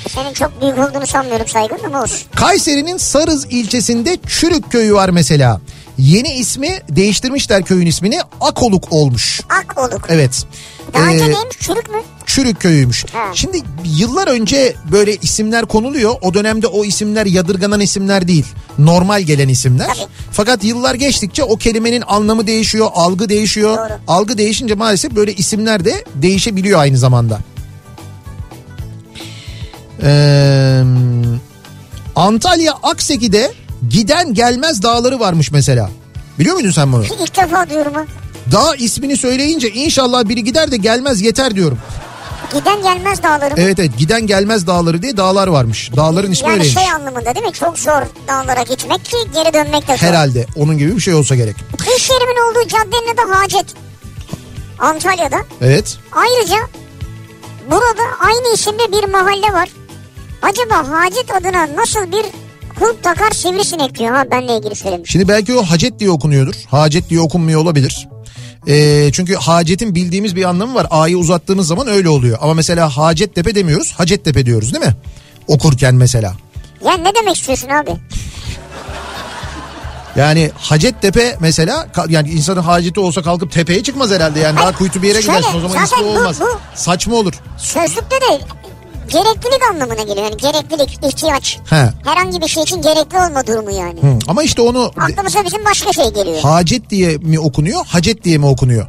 B: Senin çok büyük olduğunu sanmıyorum saygın ama olsun.
A: Kayseri'nin Sarız ilçesinde Çürük köyü var mesela. Yeni ismi değiştirmişler köyün ismini Akoluk olmuş.
B: Ak oluk.
A: Evet.
B: Daha önce
A: Ee,
B: neymiş çürük mü?
A: Çürük köyüymüş.
B: Ha.
A: Şimdi yıllar önce böyle isimler konuluyor. O dönemde o isimler yadırganan isimler değil. Normal gelen isimler.
B: Tabii.
A: Fakat yıllar geçtikçe o kelimenin anlamı değişiyor, algı değişiyor.
B: Doğru.
A: Algı değişince maalesef böyle isimler de değişebiliyor aynı zamanda. Ee, Antalya Akseki'de giden gelmez dağları varmış mesela. Biliyor muydun sen bunu?
B: İlk defa diyorum ha.
A: Dağ ismini söyleyince inşallah biri gider de gelmez yeter diyorum.
B: Giden gelmez dağlarım.
A: Evet evet giden gelmez dağları diye dağlar varmış. Dağların ismi
B: yani
A: öyleymiş.
B: şey anlamında değil mi? Çok zor dağlara gitmek ki geri dönmek de zor.
A: Herhalde onun gibi bir şey olsa gerek.
B: İş yerimin olduğu caddenin adı Hacet. Antalya'da.
A: Evet.
B: Ayrıca burada aynı isimde bir mahalle var. Acaba Hacet adına nasıl bir kulp takar sivrisinek diyor ha benle ilgili söylemiş.
A: Şimdi belki o hacet diye okunuyordur. Hacet diye okunmuyor olabilir. Ee, çünkü hacetin bildiğimiz bir anlamı var. A'yı uzattığımız zaman öyle oluyor. Ama mesela Hacettepe demiyoruz. Hacettepe diyoruz değil mi? Okurken mesela.
B: Ya ne demek istiyorsun abi?
A: Yani Hacettepe mesela ka- yani insanın haceti olsa kalkıp tepeye çıkmaz herhalde. Yani daha kuytu bir yere
B: şöyle,
A: gidersin o zaman ismi
B: zaten bu-
A: olmaz.
B: bu-
A: Saçma olur.
B: Sözlükte de gereklilik anlamına geliyor. Yani gereklilik, ihtiyaç.
A: He.
B: Herhangi bir şey için gerekli olma durumu yani.
A: Hı, Ama işte onu
B: Aklımıza bizim başka şey geliyor.
A: Hacet diye mi okunuyor, Hacet diye mi okunuyor?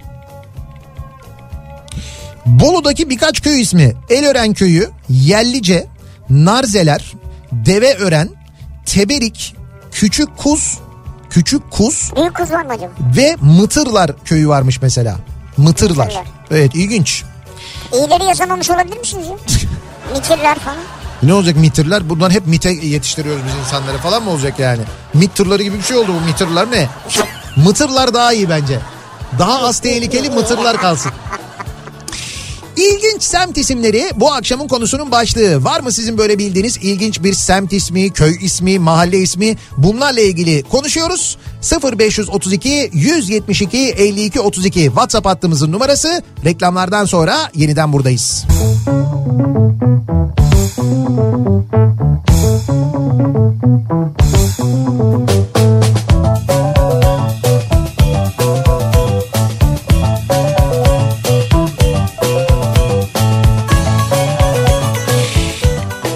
A: Bolu'daki birkaç köy ismi. Elören köyü, Yellice, Narzeler, Deveören, Teberik, Küçük Kuz, Küçük Kuz
B: Büyük kız var mı acaba?
A: ve Mıtırlar köyü varmış mesela. Mıtırlar.
B: Mıtırlar.
A: Evet ilginç.
B: İyileri yazamamış olabilir misiniz ya? Mikirler falan.
A: Ne olacak mitirler? Bundan hep mite yetiştiriyoruz biz insanlara falan mı olacak yani? Mit tırları gibi bir şey oldu bu mitirler ne? Mıtırlar daha iyi bence. Daha az tehlikeli mıtırlar kalsın. İlginç semt isimleri bu akşamın konusunun başlığı. Var mı sizin böyle bildiğiniz ilginç bir semt ismi, köy ismi, mahalle ismi? Bunlarla ilgili konuşuyoruz. 0532 172 52 32 WhatsApp hattımızın numarası. Reklamlardan sonra yeniden buradayız.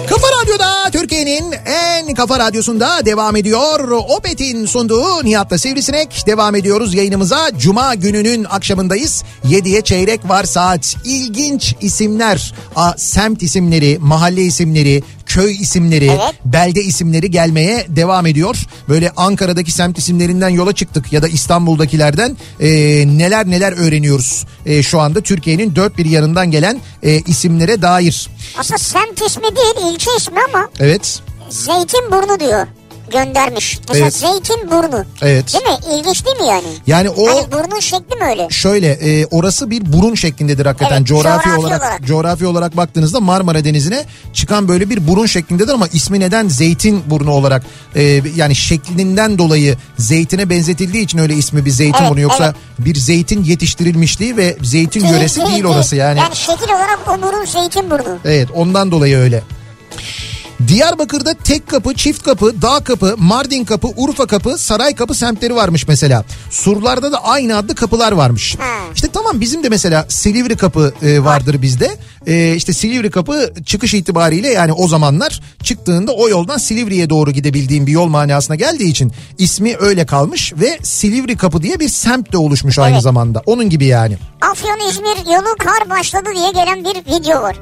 A: Kafa Radyo'da Türkiye'nin en Kafa Radyosu'nda devam ediyor. Opet'in sunduğu Nihat'la Sivrisinek devam ediyoruz yayınımıza. Cuma gününün akşamındayız. 7'ye çeyrek var saat. İlginç isimler, a, semt isimleri, mahalle isimleri, köy isimleri,
B: Evet.
A: belde isimleri gelmeye devam ediyor. Böyle Ankara'daki semt isimlerinden yola çıktık ya da İstanbul'dakilerden e, neler neler öğreniyoruz e, şu anda Türkiye'nin dört bir yanından gelen e, isimlere dair.
B: Aslında semt ismi değil ilçe ismi ama
A: Evet.
B: Zeytinburnu diyor göndermiş. Mesela
A: Evet.
B: Zeytinburnu.
A: Evet.
B: Değil mi? İlginç değil mi yani?
A: Yani o
B: Hani burnun şekli mi öyle?
A: şöyle e, orası bir burun şeklindedir hakikaten
B: Evet,
A: coğrafi,
B: coğrafi
A: olarak,
B: olarak.
A: coğrafi olarak baktığınızda Marmara Denizi'ne çıkan böyle bir burun şeklindedir ama ismi neden zeytin burnu olarak e, yani şeklinden dolayı zeytine benzetildiği için öyle ismi bir zeytin
B: Evet,
A: burnu yoksa bir zeytin yetiştirilmişliği ve zeytin yöresi değil orası yani.
B: Yani şekil olarak o burun Zeytinburnu.
A: Evet ondan dolayı öyle. Diyarbakır'da tek kapı, çift kapı, dağ kapı, Mardin kapı, Urfa kapı, Saray kapı semtleri varmış mesela. Surlarda da aynı adlı kapılar varmış. İşte tamam bizim de mesela Silivri kapı e, vardır bizde. E, işte Silivri kapı çıkış itibariyle yani o zamanlar çıktığında o yoldan Silivri'ye doğru gidebildiğin bir yol manasına geldiği için ismi öyle kalmış ve Silivri kapı diye bir semt de oluşmuş aynı
B: Evet.
A: zamanda. Onun gibi yani.
B: Afyon İzmir yolu kar başladı diye gelen bir video var.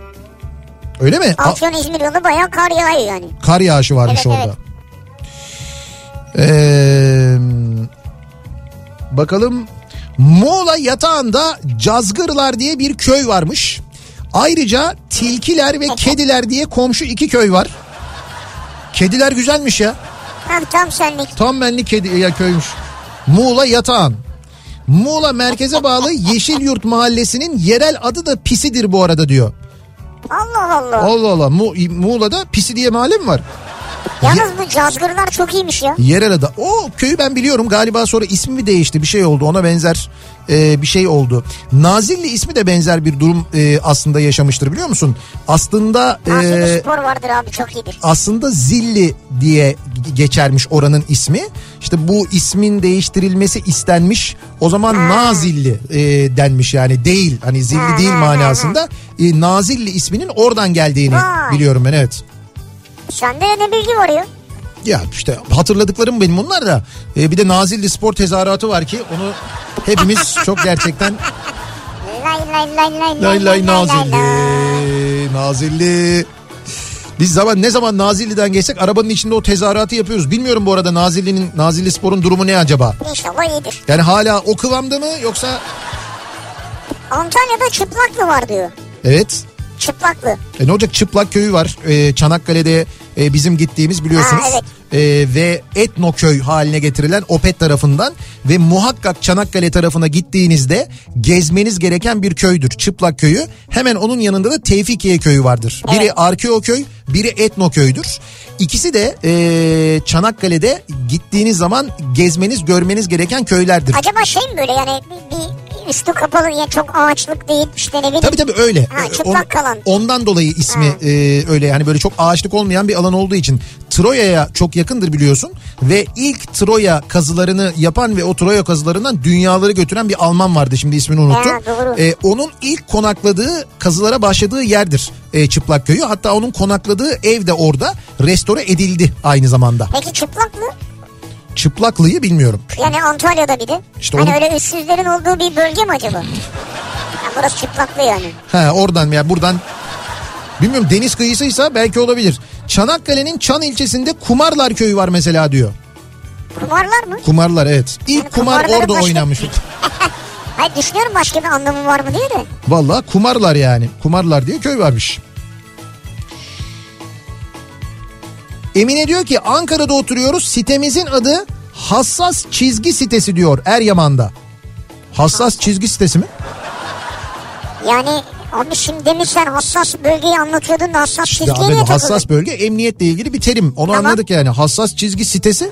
A: Öyle mi? A-
B: Afyon İzmir yolu bayağı kar yağıyor yani.
A: Kar yağışı varmış
B: Evet,
A: orada. Ee, bakalım Muğla yatağında Cazgırlar diye bir köy varmış. Ayrıca tilkiler ve kediler diye komşu iki köy var. Kediler güzelmiş ya.
B: Tam tam senlik.
A: Tam benlik kedi ya köymüş. Muğla Yatağan. Muğla merkeze bağlı Yeşilyurt mahallesinin yerel adı da Pisi'dir bu arada diyor.
B: Allah Allah.
A: Allah Allah Mu- Muğla'da Pisi diye mahalle mi var?
B: Yalnız bu cazgırlar çok iyiymiş ya.
A: Yerel ada. O köyü ben biliyorum galiba sonra ismi mi değişti bir şey oldu ona benzer e, bir şey oldu. Nazilli ismi de benzer bir durum e, aslında yaşamıştır biliyor musun? Aslında e,
B: Aslında spor vardır abi çok iyidir.
A: aslında Zilli diye geçermiş oranın ismi. İşte bu ismin değiştirilmesi istenmiş. O zaman Nazilli e, denmiş yani değil hani Zilli değil manasında. E, Nazilli isminin oradan geldiğini
B: Vay.
A: biliyorum ben evet.
B: Sende ne bilgi var ya?
A: Ya işte hatırladıklarım benim bunlar da. Ee, bir de Nazilli Spor Tezahüratı var ki onu hepimiz çok gerçekten
B: Lay lay lay lay
A: lay lay
B: lay.
A: Nazilli, Nazilli. Biz zaman ne zaman Nazilli'den geçsek arabanın içinde o tezahüratı yapıyoruz. Bilmiyorum bu arada Nazilli'nin Nazilli Spor'un durumu ne acaba?
B: İnşallah iyidir.
A: Yani hala o kıvamda mı yoksa
B: Antalya'da çıplaklı var diyor.
A: evet
B: Çıplaklı.
A: E ne olacak Çıplak Köyü var. E, Çanakkale'de e, bizim gittiğimiz biliyorsunuz.
B: Ha,
A: E, ve Etno Köy haline getirilen Opet tarafından ve muhakkak Çanakkale tarafına gittiğinizde gezmeniz gereken bir köydür Çıplak Köyü. Hemen onun yanında da Tevfikiye Köyü vardır. Biri Arkeo Köy, biri Etno Köy'dür. İkisi de e, Çanakkale'de gittiğiniz zaman gezmeniz, görmeniz gereken köylerdir.
B: Acaba şey mi böyle yani bir, bir üstü kapalı ya çok ağaçlık değil işte ne bileyim.
A: Tabii tabii öyle. Ee,
B: Ha, çıplak kalan.
A: Ondan dolayı ismi e, öyle yani böyle çok ağaçlık olmayan bir alan olduğu için Troya'ya çok yakındır biliyorsun ve ilk Troya kazılarını yapan ve o Troya kazılarından dünyaları götüren bir Alman vardı şimdi ismini unuttum.
B: Ha, doğru.
A: E, onun ilk konakladığı kazılara başladığı yerdir e, Çıplak Köyü. Hatta onun konakladığı ev de orada restore edildi aynı zamanda.
B: Peki çıplak mı?
A: Çıplaklığı bilmiyorum.
B: Yani Antalya'da bir de.
A: İşte
B: hani
A: onu-
B: öyle üstsüzlerin olduğu bir bölge mi acaba? Ya burası çıplaklı yani.
A: Ha oradan ya buradan bilmiyorum deniz kıyısıysa belki olabilir. Çanakkale'nin Çan ilçesinde Kumarlar köyü var mesela diyor.
B: Kumarlar mı?
A: Kumarlar evet. İlk
B: Yani
A: kumar
B: kumarların
A: orada
B: başka-
A: oynanmış.
B: Hayır düşünüyorum başka bir anlamı var mı diye de.
A: Vallahi kumarlar yani. Kumarlar diye köy varmış. Emine diyor ki Ankara'da oturuyoruz. Sitemizin adı Hassas Çizgi Sitesi diyor Eryaman'da. Hassas Çizgi Sitesi mi?
B: Yani abi şimdi demin sen hassas bölgeyi anlatıyordun da hassas
A: Ya
B: çizgiye
A: abi,
B: niye
A: hassas
B: takıldın?
A: bölge emniyetle ilgili bir terim. Onu
B: Tamam.
A: anladık yani. Hassas çizgi sitesi.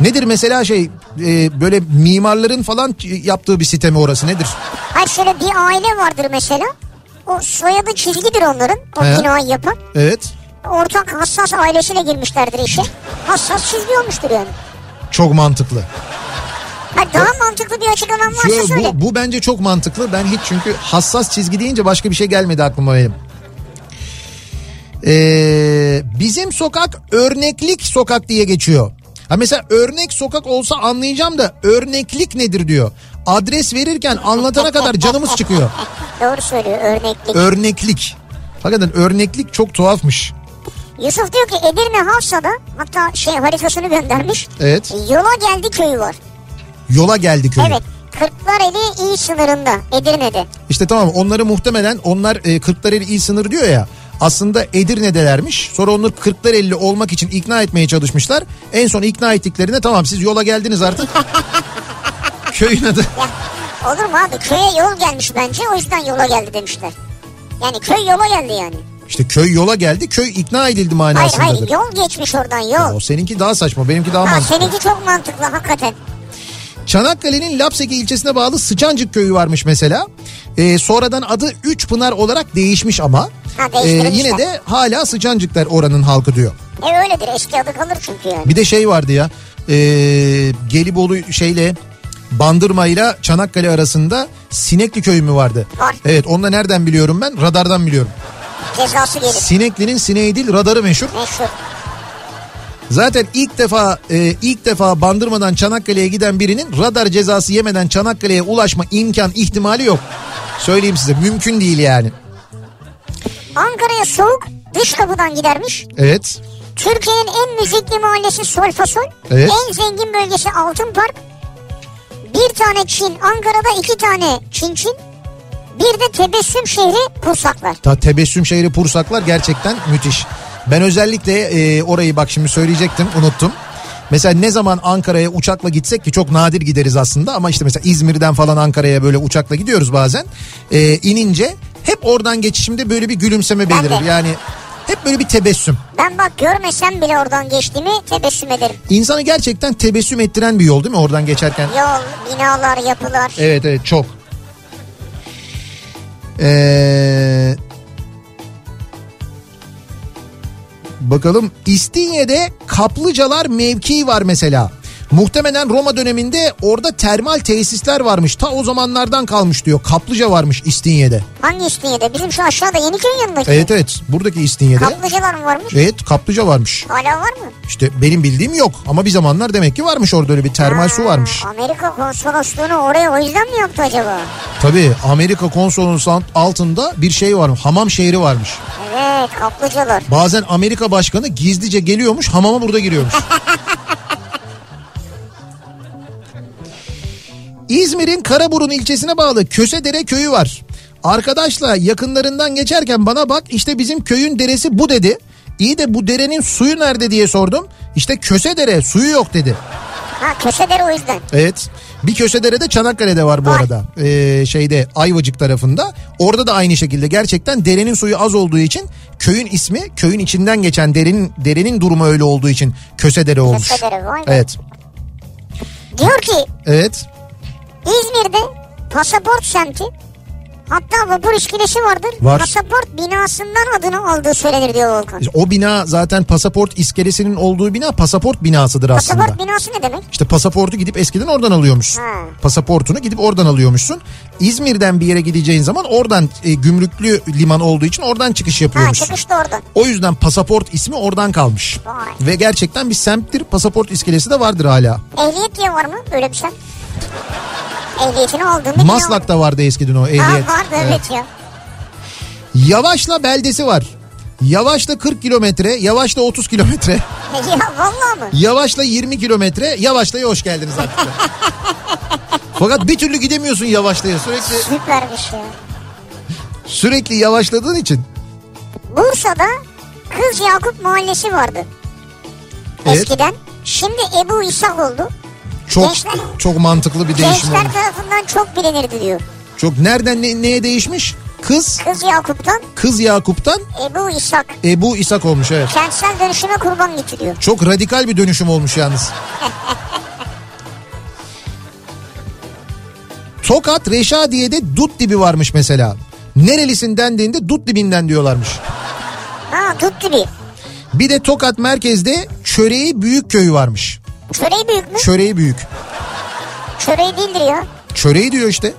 A: Nedir mesela şey e, böyle mimarların falan yaptığı bir site mi orası nedir?
B: Hayır şöyle bir aile vardır mesela. O soyadı çizgidir onların. O
A: He.
B: binayı yapan.
A: Evet.
B: Ortak hassas ailesiyle girmişlerdir işe. Hassas çizgi olmuştur yani.
A: Çok mantıklı.
B: Hayır, daha mantıklı bir açıklaman varsa
A: Yo,
B: söyle.
A: bu, bu bence çok mantıklı. Ben hiç çünkü hassas çizgi deyince başka bir şey gelmedi aklıma benim. Ee, bizim sokak örneklik sokak diye geçiyor. Ha mesela örnek sokak olsa anlayacağım da örneklik nedir diyor. Adres verirken anlatana kadar canımız çıkıyor.
B: Doğru söylüyor örneklik.
A: Örneklik. Hakikaten örneklik çok tuhafmış.
B: Yusuf diyor ki Edirne Havsa'da hatta şey haritasını göndermiş.
A: Evet.
B: Yola geldi köyü var.
A: Yola geldi köye.
B: Evet. Kırklareli il sınırında Edirne'de.
A: İşte tamam onları muhtemelen onlar e, Kırklareli il sınır diyor ya. Aslında Edirne'delermiş. Sonra onları Kırklareli olmak için ikna etmeye çalışmışlar. En son ikna ettiklerinde tamam siz yola geldiniz artık. Köyün adı.
B: Ya, olur mu abi köye yol gelmiş bence o yüzden yola geldi demişler. Yani köy yola geldi yani.
A: İşte köy yola geldi. Köy ikna edildi
B: Hayır
A: manasındadır.
B: hayır yol geçmiş oradan
A: O
B: yol.
A: seninki daha saçma benimki daha
B: Ha
A: mantıklı.
B: seninki çok mantıklı hakikaten.
A: Çanakkale'nin Lapseki ilçesine bağlı Sıçancık köyü varmış mesela. Ee, sonradan adı Üçpınar olarak değişmiş ama. Ee,
B: Ha, değiştirmişler.
A: yine de hala Sıçancıklar oranın halkı diyor.
B: E öyledir eski adı kalır çünkü yani.
A: Bir de şey vardı ya. E, Gelibolu şeyle Bandırma ile Çanakkale arasında Sinekli köyü mü vardı?
B: Var.
A: Evet onu da nereden biliyorum ben? Radardan biliyorum.
B: Cezası gelir.
A: Sinekli'nin sineği değil radarı meşhur.
B: Meşhur.
A: Zaten ilk defa e, ilk defa Bandırma'dan Çanakkale'ye giden birinin radar cezası yemeden Çanakkale'ye ulaşma imkan ihtimali yok. Söyleyeyim size mümkün değil yani.
B: Ankara'ya soğuk dış kapıdan gidermiş.
A: Evet.
B: Türkiye'nin en müzikli mahallesi Solfasol.
A: Evet.
B: En zengin bölgesi Altın Park. Bir tane Çin, Ankara'da iki tane Çin Çin. Bir de tebessüm şehri Pursaklar.
A: Ta tebessüm şehri Pursaklar gerçekten müthiş. Ben özellikle e, orayı bak şimdi söyleyecektim unuttum. Mesela ne zaman Ankara'ya uçakla gitsek ki çok nadir gideriz aslında ama işte mesela İzmir'den falan Ankara'ya böyle uçakla gidiyoruz bazen. E, inince hep oradan geçişimde böyle bir gülümseme
B: Ben de.
A: belirir. Yani hep böyle bir tebessüm.
B: Ben bak görmesem bile oradan geçtiğimi tebessüm ederim.
A: İnsanı gerçekten tebessüm ettiren bir yol değil mi oradan geçerken?
B: Yol, binalar, yapılar.
A: Evet evet çok. Ee, bakalım İstinye'de kaplıcalar mevkii var mesela. Muhtemelen Roma döneminde orada termal tesisler varmış. Ta o zamanlardan kalmış diyor. Kaplıca varmış İstinye'de.
B: Hangi İstinye'de? Bizim şu aşağıda Yeniköy'ün yanındaki.
A: Evet evet buradaki İstinye'de.
B: Kaplıcalar mı varmış?
A: Evet kaplıca varmış.
B: Hala var mı?
A: İşte benim bildiğim yok ama bir zamanlar demek ki varmış orada öyle bir termal su
B: Ha,
A: varmış.
B: Amerika konsolosluğunu oraya o yüzden mi yaptı acaba?
A: Tabii Amerika konsolosluğunun altında bir şey varmış. Hamam şehri varmış.
B: Evet kaplıcalar.
A: Bazen Amerika başkanı gizlice geliyormuş hamama burada giriyormuş. İzmir'in Karaburun ilçesine bağlı Kösedere köyü var. Arkadaşla yakınlarından geçerken bana bak işte bizim köyün deresi bu dedi. İyi de bu derenin suyu nerede diye sordum. İşte Kösedere suyu yok dedi.
B: Ha köşeleri o yüzden.
A: Evet. Bir köşedere de Çanakkale'de var bu
B: Var.
A: arada. Ee, şeyde Ayvacık tarafında. Orada da aynı şekilde gerçekten derenin suyu az olduğu için köyün ismi köyün içinden geçen derenin derenin durumu öyle olduğu için kösedere olmuş.
B: Kösedere, vay be.
A: Evet.
B: Diyor ki
A: Evet.
B: İzmir'de pasaport semti hatta vapur iskelesi vardır.
A: Var.
B: Pasaport binasından adını aldığı söylenir diyor Volkan.
A: İşte O bina zaten pasaport iskelesinin olduğu bina pasaport binasıdır aslında.
B: Pasaport binası ne demek?
A: İşte pasaportu gidip eskiden oradan alıyormuşsun.
B: Ha.
A: Pasaportunu gidip oradan alıyormuşsun. İzmir'den bir yere gideceğin zaman oradan e, gümrüklü liman olduğu için oradan çıkış
B: Ha
A: yapıyormuşsun.
B: çıkış da oradan.
A: O yüzden pasaport ismi oradan kalmış.
B: Vay.
A: Ve gerçekten bir semttir. Pasaport iskelesi de vardır hala.
B: Ehliyet diye var mı böyle bir şey? Ehliyetini aldığında yine var.
A: Maslak'ta vardı eskiden o
B: Ha,
A: ehliyet.
B: vardı evet,
A: Evet.
B: ya.
A: Yavaşla beldesi var. Yavaşla 40 kilometre, yavaşla 30 kilometre,
B: ya vallahi mı?
A: yavaşla 20 kilometre, yavaşla'ya hoş geldiniz artık. Fakat bir türlü gidemiyorsun yavaşla'ya. Sürekli
B: Süpermiş ya.
A: sürekli yavaşladığın için.
B: Bursa'da Kız Yakup Mahallesi vardı.
A: Evet.
B: Eskiden. Şimdi Ebu İshak oldu.
A: Çok
B: Gençler-
A: çok mantıklı bir değişim
B: Gençler
A: olmuş.
B: tarafından çok bilinirdi diyor.
A: Çok nereden ne- neye değişmiş? Kız
B: Kız Yakup'tan
A: Kız Yakup'tan
B: Ebu İshak
A: Ebu İshak olmuş evet.
B: kentsel dönüşüme kurban gitti diyor.
A: Çok radikal bir dönüşüm olmuş yalnız. Tokat Reşadiye'de dut dibi varmış mesela. Nerelisin dendiğinde dut dibinden diyorlarmış.
B: Ha dut gibi.
A: Bir de Tokat merkezde Çöreği Büyük köyü varmış.
B: Çöreği büyük mü?
A: Çöreği Büyük.
B: Çöreği değildir ya.
A: Çöreği diyor işte.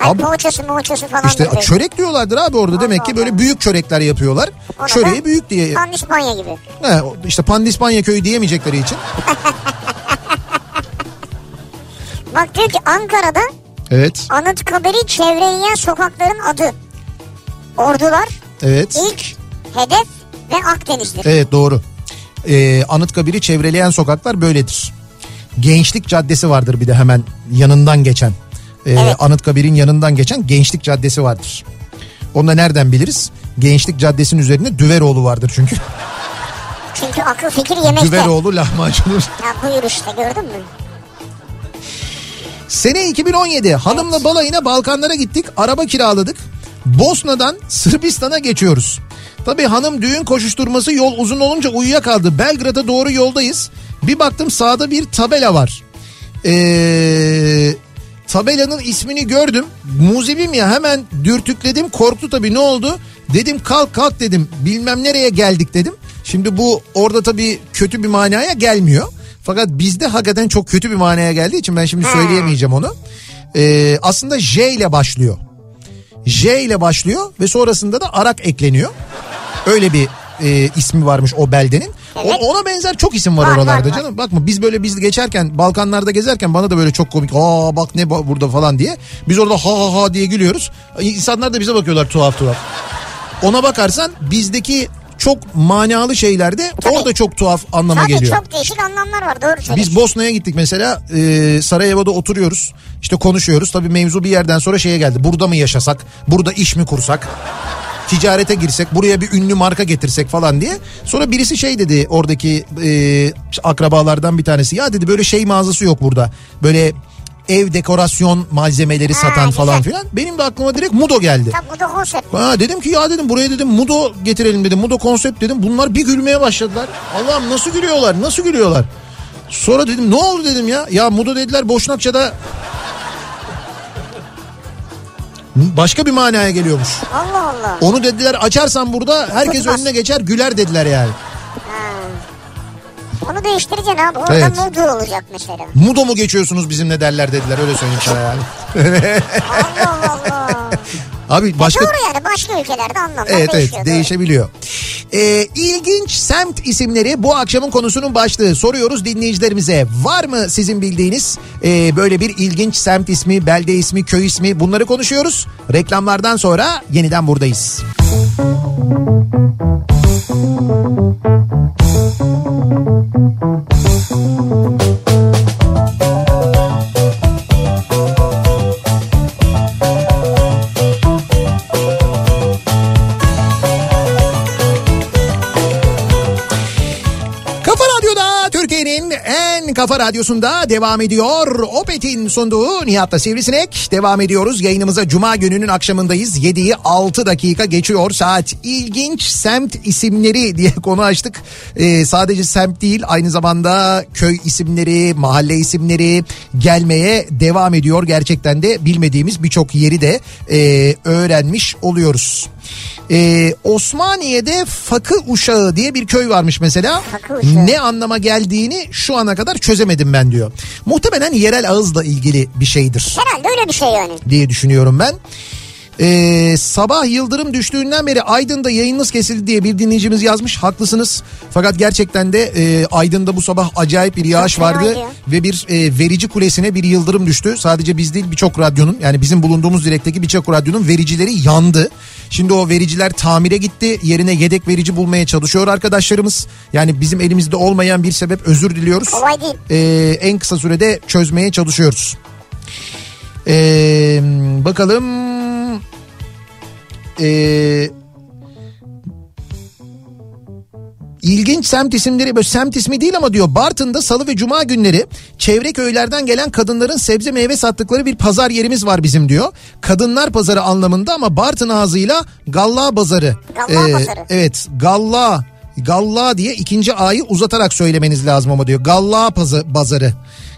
B: Ay
A: Abi-
B: poğaçası moğaçası falan.
A: İşte
B: böyle.
A: çörek diyorlardır abi orada demek ki böyle büyük çörekler yapıyorlar.
B: Ona
A: Çöreği
B: da
A: büyük diye
B: Pandispanya gibi.
A: He, o- işte Pandispanya köyü diyemeyecekleri için.
B: Bak diyor ki Ankara'da
A: Evet.
B: Anıtkabir'i çevreleyen sokakların adı. Ordular,
A: Evet.
B: ilk, hedef ve Akdeniz'dir.
A: Evet doğru. Ee, Anıtkabir'i çevreleyen sokaklar böyledir. Gençlik Caddesi vardır bir de hemen yanından geçen. Ee,
B: Evet.
A: Anıtkabir'in yanından geçen Gençlik Caddesi vardır. Onu da nereden biliriz? Gençlik Caddesi'nin üzerinde Düveroğlu vardır çünkü.
B: Çünkü akıl fikir yemekte.
A: Düveroğlu lahmacunur.
B: Ya buyur işte gördün mü?
A: Sene 2017 hanımla balayına Balkanlara gittik araba kiraladık. Bosna'dan Sırbistan'a geçiyoruz. Tabii hanım düğün koşuşturması yol uzun olunca uyuyakaldı. Belgrad'a doğru yoldayız. Bir baktım sağda bir tabela var. Ee, tabelanın ismini gördüm. Muzibim ya hemen dürtükledim. Korktu tabii ne oldu? Dedim kalk kalk dedim. Bilmem nereye geldik dedim. Şimdi bu orada tabii kötü bir manaya gelmiyor. Fakat bizde hakikaten çok kötü bir manaya geldiği için ben şimdi söyleyemeyeceğim onu. Ee, aslında J ile başlıyor. J ile başlıyor ve sonrasında da Arak ekleniyor. Öyle bir e, ismi varmış o beldenin. O-
B: Evet.
A: ona benzer çok isim var,
B: Var,
A: oralarda
B: var, var.
A: canım. Bakma biz böyle biz geçerken Balkanlarda gezerken bana da böyle çok komik. Aa bak ne ba- burada falan diye. Biz orada ha ha ha diye gülüyoruz. İnsanlar da bize bakıyorlar tuhaf tuhaf. Ona bakarsan bizdeki çok manalı şeylerde orada çok tuhaf anlama
B: Tabii
A: geliyor.
B: çok değişik anlamlar var doğru söylüyorsun.
A: Biz Bosna'ya gittik mesela e, Sarajevo'da oturuyoruz işte konuşuyoruz tabii mevzu bir yerden sonra şeye geldi burada mı yaşasak burada iş mi kursak ticarete girsek buraya bir ünlü marka getirsek falan diye sonra birisi şey dedi oradaki e, akrabalardan bir tanesi ya dedi böyle şey mağazası yok burada böyle ev dekorasyon malzemeleri
B: Ha,
A: satan falan
B: güzel.
A: filan benim de aklıma direkt Mudo geldi.
B: Tabii bu da konsept.
A: Ha, dedim ki ya dedim buraya dedim Mudo getirelim dedim. Mudo konsept dedim. Bunlar bir gülmeye başladılar. Allah'ım nasıl gülüyorlar nasıl gülüyorlar. Sonra dedim ne oldu dedim ya. Ya Mudo dediler Boşnakça'da başka bir manaya geliyormuş.
B: Allah Allah.
A: Onu dediler açarsan burada herkes
B: Satmaz.
A: önüne geçer güler dediler yani.
B: Onu değiştireceksin abi. Orada
A: Evet.
B: mudur olacak mesela.
A: Mudo mu geçiyorsunuz bizimle derler dediler öyle söyleyeyim sana yani.
B: Allah Allah.
A: Abi başka
B: Doğru yani başka ülkelerde anlamlar
A: Evet evet
B: değişiyor. doğru.
A: değişebiliyor. Ee, ilginç semt isimleri bu akşamın konusunun başlığı. Soruyoruz dinleyicilerimize var mı sizin bildiğiniz e, böyle bir ilginç semt ismi, belde ismi, köy ismi bunları konuşuyoruz. Reklamlardan sonra yeniden buradayız. Kafa Radyo'da Türkiye'nin en kafa radyosunda devam ediyor. Opet'in sunduğu Nihat'ta Sivrisinek. Devam ediyoruz. Yayınımıza Cuma gününün akşamındayız. 7'yi 6 dakika geçiyor saat. İlginç semt isimleri diye konu açtık. Ee, sadece semt değil aynı zamanda köy isimleri, mahalle isimleri gelmeye devam ediyor. Gerçekten de bilmediğimiz birçok yeri de e, öğrenmiş oluyoruz. Ee, Osmaniye'de Fakı Uşağı diye bir köy varmış mesela.
B: Fakı Uşağı.
A: Ne ne anlama geldiğini şu ana kadar çözemedim ben diyor. Muhtemelen yerel ağızla ilgili bir şeydir
B: Herhalde öyle bir şey yani.
A: diye düşünüyorum ben. Ee, sabah yıldırım düştüğünden beri Aydın'da yayınınız kesildi diye bir dinleyicimiz yazmış. Haklısınız. Fakat gerçekten de e, Aydın'da bu sabah acayip bir yağış
B: Çok fena
A: vardı.
B: diyor.
A: Ve bir e, verici kulesine bir yıldırım düştü. Sadece biz değil birçok radyonun yani bizim bulunduğumuz direkteki birçok radyonun vericileri yandı. Şimdi o vericiler tamire gitti. Yerine yedek verici bulmaya çalışıyor arkadaşlarımız. Yani bizim elimizde olmayan bir sebep özür diliyoruz.
B: Olay değil.
A: Ee, en kısa sürede çözmeye çalışıyoruz. Ee, bakalım. Ee, İlginç semt isimleri böyle semt ismi değil ama diyor Bartın'da salı ve cuma günleri çevre köylerden gelen kadınların sebze meyve sattıkları bir pazar yerimiz var bizim diyor. Kadınlar pazarı anlamında ama Bartın ağzıyla Galla pazarı. Ee,
B: Galla pazarı.
A: Evet Galla Galla diye ikinci A'yı uzatarak söylemeniz lazım ama diyor. Galla pazı- pazarı.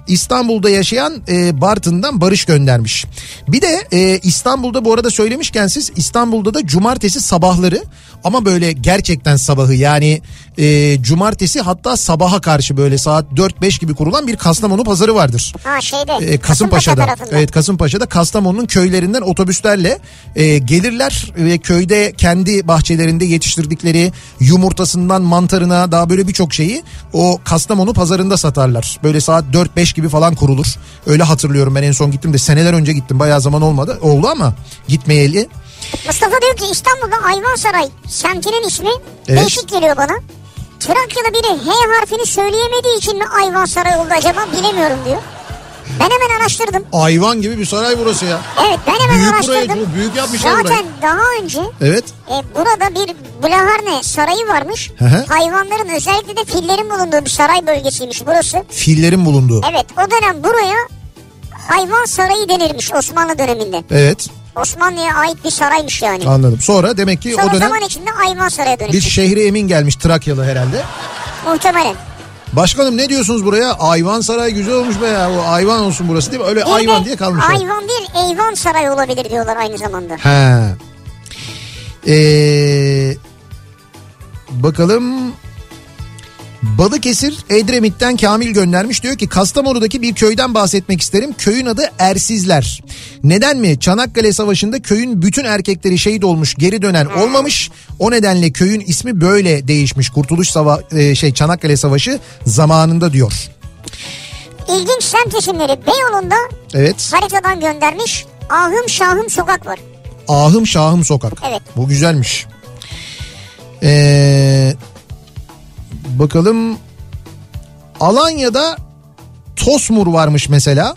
A: İstanbul'da yaşayan e, Bartın'dan Barış göndermiş. Bir de e, İstanbul'da bu arada söylemişken siz İstanbul'da da cumartesi sabahları Ama böyle gerçekten sabahı yani e, cumartesi hatta sabaha karşı böyle saat 4-5 gibi kurulan bir Kastamonu pazarı vardır.
B: Ha şeyde.
A: E, Kasımpaşa'da.
B: tarafında.
A: Evet Kasımpaşa'da Kastamonu'nun köylerinden otobüslerle e, gelirler ve köyde kendi bahçelerinde yetiştirdikleri yumurtasından mantarına daha böyle birçok şeyi o Kastamonu pazarında satarlar. Böyle saat 4-5 gibi falan kurulur. Öyle hatırlıyorum ben en son gittim de seneler önce gittim. Bayağı zaman olmadı. Oldu ama gitmeyeli.
B: Mustafa diyor ki İstanbul'da Ayvansaray semtinin ismi
A: Evet.
B: değişik geliyor bana. Trakya'da biri H harfini söyleyemediği için mi Ayvansaray oldu acaba bilemiyorum diyor. Ben hemen araştırdım.
A: Ayvan gibi bir saray burası ya.
B: Evet ben hemen
A: Büyük burayı,
B: araştırdım.
A: bu büyük yapmışlar
B: Zaten
A: burayı.
B: daha önce
A: Evet.
B: e, burada bir Blaharne sarayı varmış.
A: Hı hı.
B: Hayvanların özellikle de fillerin bulunduğu bir saray bölgesiymiş burası.
A: Fillerin bulunduğu.
B: Evet o dönem buraya hayvan sarayı denirmiş Osmanlı döneminde.
A: Evet.
B: Osmanlı'ya ait bir saraymış yani.
A: Anladım. Sonra demek ki
B: Sonra
A: o dönem
B: zaman içinde hayvan saraya
A: bir
B: dönüşmüş.
A: şehri emin gelmiş Trakyalı herhalde.
B: Muhtemelen.
A: Başkanım ne diyorsunuz buraya? Ayvan Saray güzel olmuş be ya. O ayvan olsun burası değil mi? Öyle
B: Bir
A: ayvan
B: de
A: E, diye kalmış. o.
B: Hayvan değil eyvan sarayı olabilir diyorlar aynı zamanda.
A: He. Ee, bakalım. Balıkesir Edremit'ten Kamil göndermiş. Diyor ki Kastamonu'daki bir köyden bahsetmek isterim. Köyün adı Ersizler. Neden mi? Çanakkale Savaşı'nda köyün bütün erkekleri şehit olmuş, geri dönen olmamış. O nedenle köyün ismi böyle değişmiş. Kurtuluş Sava e, şey Çanakkale Savaşı zamanında diyor.
B: İlginç semt isimleri Beyoğlu'nda
A: Evet.
B: haritadan göndermiş Ahım Şahım Sokak var.
A: Ahım Şahım Sokak.
B: Evet.
A: Bu güzelmiş. Ee, bakalım Alanya'da Tosmur varmış mesela.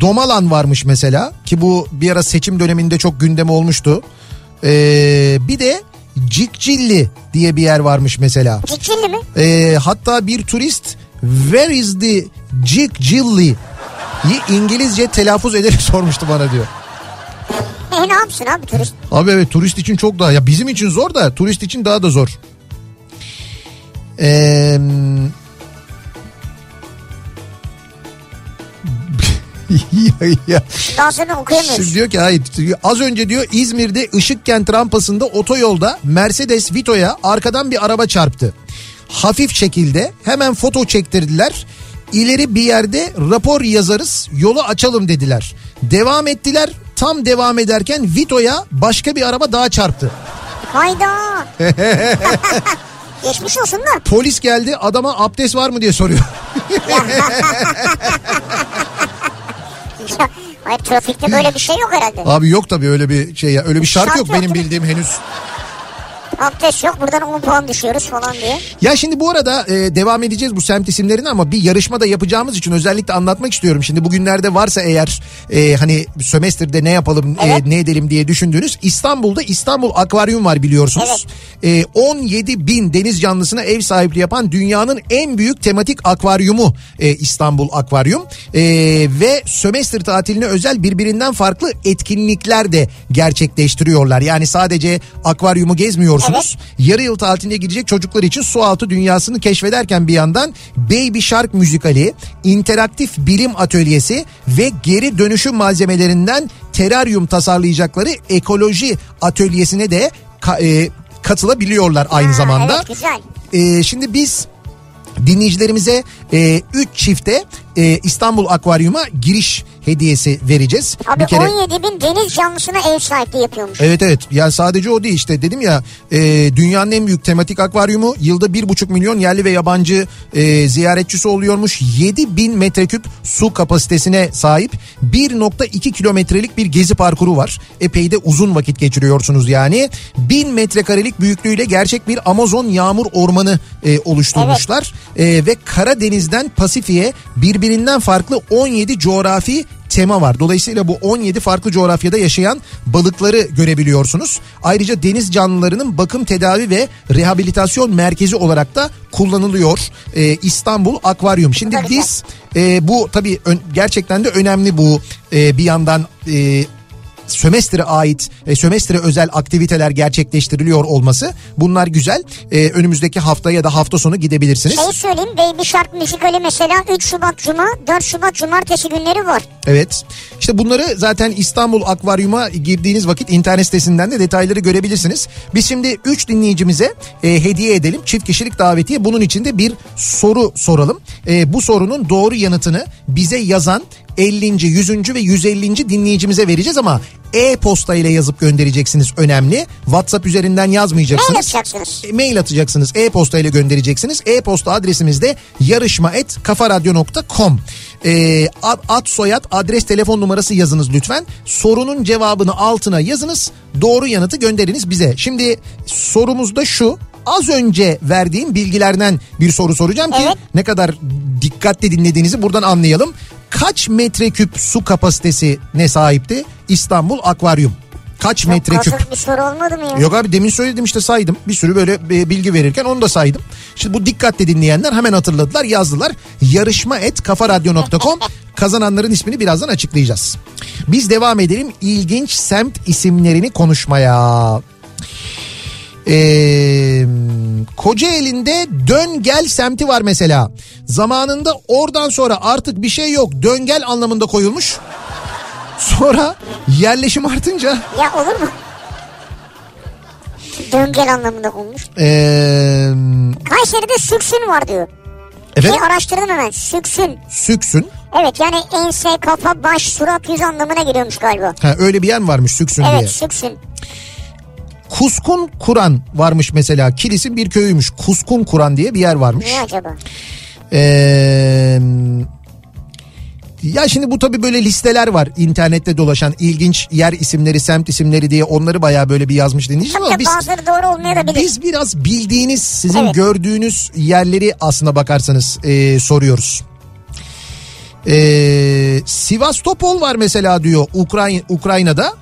A: Domalan varmış mesela ki bu bir ara seçim döneminde çok gündeme olmuştu. Ee, bir de Cikcilli diye bir yer varmış mesela.
B: Cikcilli mi?
A: Ee, hatta bir turist Where is the Cikcilli'yi İngilizce telaffuz ederek sormuştu bana diyor.
B: E, ne yapsın abi turist?
A: Abi evet turist için çok daha ya bizim için zor da turist için daha da zor. Ee, ya, ya.
B: Dansını okuyamıyoruz.
A: Şimdi diyor ki hayır az önce diyor İzmir'de Işıkkent rampasında otoyolda Mercedes Vito'ya arkadan bir araba çarptı. Hafif şekilde hemen foto çektirdiler. İleri bir yerde rapor yazarız yolu açalım dediler. Devam ettiler tam devam ederken Vito'ya başka bir araba daha çarptı.
B: Hayda. Geçmiş olsun da.
A: Polis geldi adama abdest var mı diye soruyor.
B: Ya, Hayır trafikte böyle bir şey yok herhalde.
A: Abi yok tabii öyle bir şey ya öyle bir şarkı
B: Şarkı
A: yok
B: yok
A: benim
B: değil mi?
A: bildiğim henüz.
B: Abdest yok buradan 10 puan düşüyoruz falan diye.
A: Ya şimdi bu arada e, devam edeceğiz bu semt isimlerini ama bir yarışma da yapacağımız için özellikle anlatmak istiyorum. Şimdi bugünlerde varsa eğer e, hani sömestrde ne yapalım e,
B: Evet.
A: ne edelim diye düşündüğünüz İstanbul'da İstanbul Akvaryum var biliyorsunuz. E, 17 bin deniz canlısına ev sahipliği yapan dünyanın en büyük tematik akvaryumu e, İstanbul Akvaryum. E, ve sömestr tatiline özel birbirinden farklı etkinlikler de gerçekleştiriyorlar. Yani sadece akvaryumu gezmiyorsunuz yarı yıl tatiline gidecek çocuklar için su altı dünyasını keşfederken bir yandan Baby Shark müzikali, interaktif bilim atölyesi ve geri dönüşüm malzemelerinden teraryum tasarlayacakları ekoloji atölyesine de ka- e, katılabiliyorlar aynı
B: Ha,
A: zamanda.
B: Evet güzel.
A: E, şimdi biz dinleyicilerimize 3 çifte e, İstanbul Akvaryum'a giriş hediyesi vereceğiz.
B: Abi 17 bin deniz canlısına ev sahipliği yapıyormuş.
A: Evet evet yani sadece o değil işte dedim ya e, dünyanın en büyük tematik akvaryumu yılda 1,5 milyon yerli ve yabancı e, ziyaretçisi oluyormuş. 7 bin metreküp su kapasitesine sahip 1.2 kilometrelik bir gezi parkuru var. Epey de uzun vakit geçiriyorsunuz yani. 1000 metrekarelik büyüklüğüyle gerçek bir Amazon yağmur ormanı e, oluşturmuşlar. E, ve Karadeniz'den Pasifik'e birbirinden farklı 17 coğrafi tema var. Dolayısıyla bu 17 farklı coğrafyada yaşayan balıkları görebiliyorsunuz. Ayrıca deniz canlılarının bakım, tedavi ve rehabilitasyon merkezi olarak da kullanılıyor e, İstanbul Akvaryum. Şimdi
B: Tabii ki.
A: biz e, bu tabii ön- gerçekten de önemli bu e, bir yandan e, sömestre ait, e, sömestre özel aktiviteler gerçekleştiriliyor olması bunlar güzel. E, önümüzdeki hafta ya da hafta sonu gidebilirsiniz.
B: Şey söyleyeyim Baby Shark müzikali mesela 3 Şubat Cuma 4 Şubat Cumartesi günleri var.
A: Evet. İşte bunları zaten İstanbul Akvaryum'a girdiğiniz vakit internet sitesinden de detayları görebilirsiniz. Biz şimdi 3 dinleyicimize e, hediye edelim çift kişilik davetiye. Bunun için de bir soru soralım. E, bu sorunun doğru yanıtını bize yazan 50. 100. ve 150. dinleyicimize vereceğiz ama e-posta ile yazıp göndereceksiniz önemli. WhatsApp üzerinden yazmayacaksınız.
B: Mail atacaksınız.
A: E, mail atacaksınız. E-posta ile göndereceksiniz. E-posta adresimiz de yarışma@kafaradyo.com. Ee, ad, ad, soyad, adres, telefon numarası yazınız lütfen. Sorunun cevabını altına yazınız. Doğru yanıtı gönderiniz bize. Şimdi sorumuz da şu. Az önce verdiğim bilgilerden bir soru soracağım ki
B: Evet.
A: ne kadar dikkatli dinlediğinizi buradan anlayalım. Kaç metreküp su kapasitesine sahipti İstanbul Akvaryum? Kaç metreküp?
B: Kazık bir soru olmadı mı ya?
A: Yok abi demin söyledim işte saydım. Bir sürü böyle e, bilgi verirken onu da saydım. Şimdi bu dikkatle dinleyenler hemen hatırladılar yazdılar. Yarışma et kafaradyo.com kazananların ismini birazdan açıklayacağız. Biz devam edelim ilginç semt isimlerini konuşmaya. Ee, Kocaeli'nde Döngel semti var mesela. Zamanında oradan sonra artık bir şey yok. Döngel anlamında koyulmuş. Sonra yerleşim artınca
B: Ya olur mu? Döngel anlamında olmuş.
A: Ee,
B: Kayseri'de süksün var diyor.
A: efendim
B: Bir araştırdım hemen. Süksün.
A: süksün.
B: Evet yani ense, kafa, baş, surat, yüz anlamına geliyormuş galiba.
A: Ha, öyle bir yer mi varmış süksün diye.
B: Evet süksün.
A: Kuskun Kur'an varmış mesela. Kilis'in bir köyüymüş. Kuskun Kur'an diye bir yer varmış.
B: Niye acaba?
A: Ee, ya şimdi bu tabii böyle listeler var internette dolaşan ilginç yer isimleri, semt isimleri diye onları bayağı böyle bir yazmış dinleyeceğiz
B: Tabii
A: ama
B: de
A: biz
B: bazıları doğru olmayabilir.
A: biz biraz bildiğiniz, sizin
B: Evet.
A: gördüğünüz yerleri aslına bakarsanız e, soruyoruz. Ee, Sivastopol var mesela diyor Ukrayna, Ukrayna'da.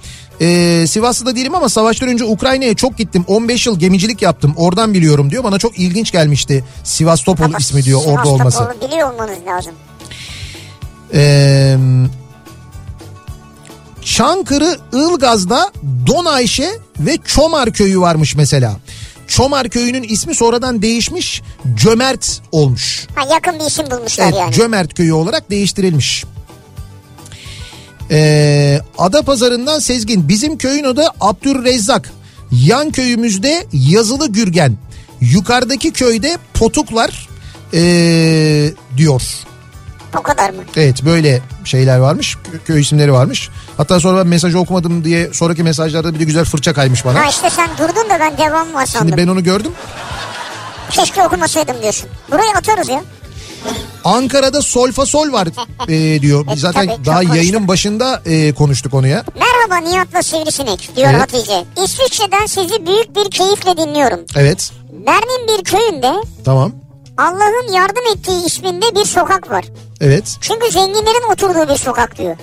A: Ee, Sivas'ta değilim ama savaştan önce Ukrayna'ya çok gittim. 15 yıl gemicilik yaptım. Oradan biliyorum diyor. Bana çok ilginç gelmişti Sivastopol
B: Ama
A: ismi diyor orada
B: Sivas'ta
A: olması.
B: olduğunu biliyor olmanız lazım.
A: Ee, Çankırı Ilgaz'da Donayşe ve Çomar köyü varmış mesela. Çomar köyünün ismi sonradan değişmiş Cömert olmuş.
B: Ha, yakın bir isim bulmuşlar
A: Evet,
B: yani.
A: Cömert köyü olarak değiştirilmiş. Ee, Adapazarı'ndan Sezgin. Bizim köyün adı Abdurrezzak. Yan köyümüzde Yazılı Gürgen. Yukarıdaki köyde Potuklar ee, diyor.
B: o kadar mı?
A: Evet böyle şeyler varmış. kö- Köy isimleri varmış. Hatta sonra ben mesajı okumadım diye sonraki mesajlarda bir de güzel fırça kaymış bana.
B: Ha işte sen durdun da ben devam var sandım.
A: Şimdi ben onu gördüm.
B: Keşke okumasaydım diyorsun. Buraya atarız ya.
A: Ankara'da solfa sol var e, diyor.
B: E,
A: Biz zaten
B: tabii, çok
A: daha
B: konuştuk.
A: yayının başında e, konuştuk onu ya.
B: Merhaba Nihat'la Sivrisinek diyor
A: Evet.
B: Hatice. İsviçre'den sizi büyük bir keyifle dinliyorum.
A: Evet
B: Berlin bir köyünde
A: tamam.
B: Allah'ın yardım ettiği isminde bir sokak var.
A: Evet.
B: Çünkü zenginlerin oturduğu bir sokak diyor.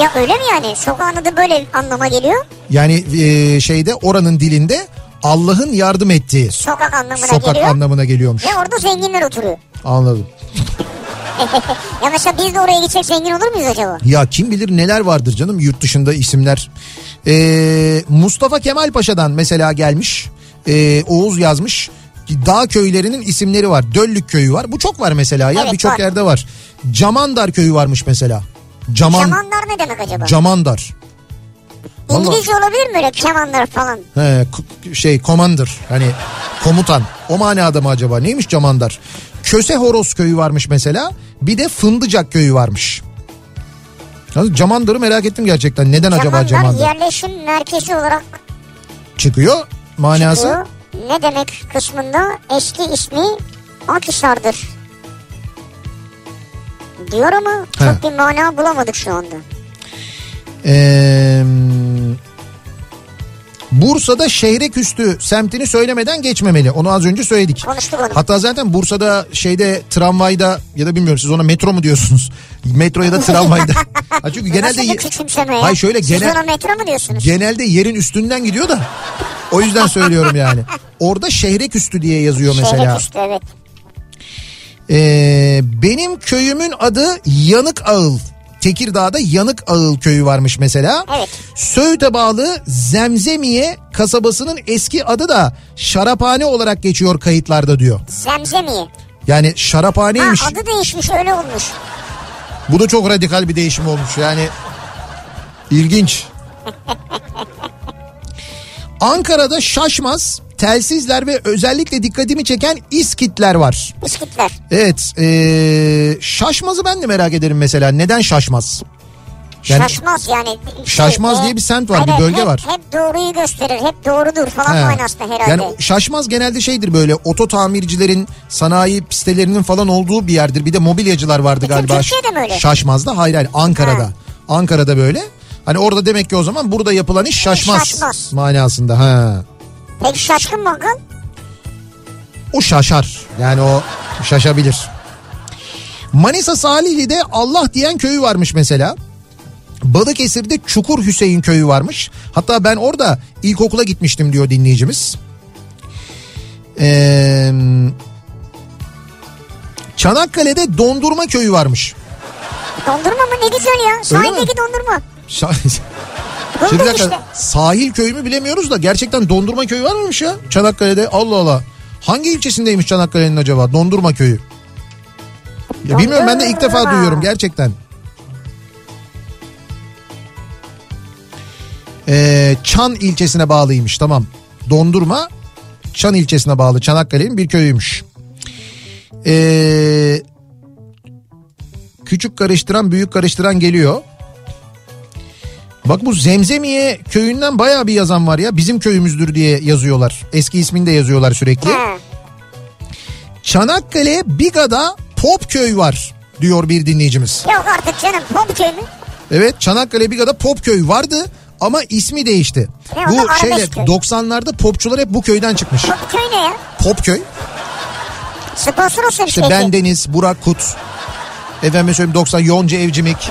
B: Ya öyle mi yani? Sokağın adı böyle anlama geliyor.
A: Yani e, şeyde oranın dilinde Allah'ın yardım ettiği
B: Sokak anlamına
A: sokak
B: geliyor.
A: anlamına geliyormuş.
B: Ve orada zenginler oturuyor.
A: Anladım.
B: Ya mesela biz de oraya gitsek zengin olur muyuz acaba?
A: Ya kim bilir neler vardır canım yurt dışında isimler. Ee, Mustafa Kemal Paşa'dan mesela gelmiş. Ee, Oğuz yazmış. Dağ köylerinin isimleri var. Döllük köyü var. Bu çok var mesela ya.
B: Evet,
A: Birçok
B: var.
A: yerde var. Camandar köyü varmış mesela. Caman
B: Kemanlar ne demek acaba?
A: Camandar. Vallahi-
B: İngilizce olabilir mi öyle kemanlar falan?
A: He, k- şey commander hani komutan o manada mı acaba neymiş camandar Köse Horoz köyü varmış mesela bir de Fındıcak köyü varmış. Yalnız Camandar'ı merak ettim gerçekten neden acaba
B: Kemanlar
A: Camandar
B: yerleşim merkezi olarak
A: çıkıyor manası
B: diyor. Ne demek kısmında eski ismi Akhisar'dır. Diyor ama çok
A: He.
B: bir mana bulamadık şu anda.
A: Ee, Bursa'da Şehreküstü semtini söylemeden geçmemeli. Onu az önce söyledik.
B: Konuştuk onu.
A: Hatta zaten Bursa'da şeyde tramvayda ya da bilmiyorum siz ona metro mu diyorsunuz? Metro ya da tramvayda. ha çünkü genelde
B: Nasıl bu küçümseme ya?
A: Hayır şöyle
B: Siz
A: genel
B: ona metro mu diyorsunuz?
A: genelde yerin üstünden gidiyor da. O yüzden söylüyorum yani. Orada Şehreküstü diye yazıyor mesela.
B: Şehre düştü evet.
A: Ee, benim köyümün adı Yanık Ağıl. Tekirdağ'da Yanık Ağıl köyü varmış mesela.
B: Evet.
A: Söğüt'e bağlı Zemzemiye kasabasının eski adı da şaraphane olarak geçiyor kayıtlarda diyor.
B: Zemzemiye.
A: Yani şaraphaneymiş.
B: Ha, adı değişmiş öyle olmuş.
A: Bu da çok radikal bir değişim olmuş yani. ilginç. Ankara'da şaşmaz telsizler ve özellikle dikkatimi çeken iskitler var.
B: İskitler.
A: Evet ee, şaşmazı ben de merak ederim mesela neden şaşmaz? Yani-
B: şaşmaz yani. Şey,
A: Şaşmaz
B: e,
A: diye bir semt var,
B: hayır,
A: bir bölge
B: hep,
A: var.
B: Hep doğruyu gösterir hep doğrudur falan
A: He.
B: manasında herhalde.
A: Yani şaşmaz genelde şeydir böyle oto tamircilerin sanayi sitelerinin falan olduğu bir yerdir. Bir de mobilyacılar vardı
B: Bütün
A: galiba.
B: E, Türkiye'de mi öyle?
A: Şaşmaz'da hayır hayır Ankara'da.
B: Ha.
A: Ankara'da böyle. Hani orada demek ki o zaman burada yapılan iş şaşmaz,
B: şaşmaz.
A: manasında. Ha.
B: Peki şaşkın bakkal?
A: O şaşar. Yani o şaşabilir. Manisa Salihli'de Allah diyen köyü varmış mesela. Balıkesir'de Çukur Hüseyin köyü varmış. Hatta ben orada ilkokula gitmiştim diyor dinleyicimiz. Ee, Çanakkale'de Dondurma köyü varmış.
B: Dondurma mı ne güzel ya. Sahildeki
A: mi?
B: dondurma.
A: Şa- Şimdi bir
B: Bulduk
A: dakika,
B: işte.
A: sahil köyü mü bilemiyoruz da gerçekten Dondurma köyü var mıymış ya Çanakkale'de? Allah Allah. Hangi ilçesindeymiş Çanakkale'nin acaba Dondurma köyü? Ya bilmiyorum ben de ilk defa
B: Dondurma.
A: duyuyorum gerçekten. Ee, Çan ilçesine bağlıymış tamam. Dondurma Çan ilçesine bağlı Çanakkale'nin bir köyüymüş. Ee, küçük karıştıran büyük karıştıran geliyor. Bak bu Zemzemiye köyünden bayağı bir yazan var ya. Bizim köyümüzdür diye yazıyorlar. Eski ismini de yazıyorlar sürekli.
B: He.
A: Çanakkale Biga'da Popköy var diyor bir dinleyicimiz.
B: Yok artık canım Popköy mü?
A: Evet Çanakkale Biga'da Popköy vardı ama ismi değişti.
B: Ne, o da
A: bu
B: arabesk
A: şeyle
B: köy.
A: 90'larda popçular hep bu köyden çıkmış.
B: Popköy ne ya?
A: Popköy.
B: Sponsor olsun
A: İşte
B: peki.
A: ben Deniz, Burak Kut. Efendim söyleyeyim 90 Yonca Evcimik.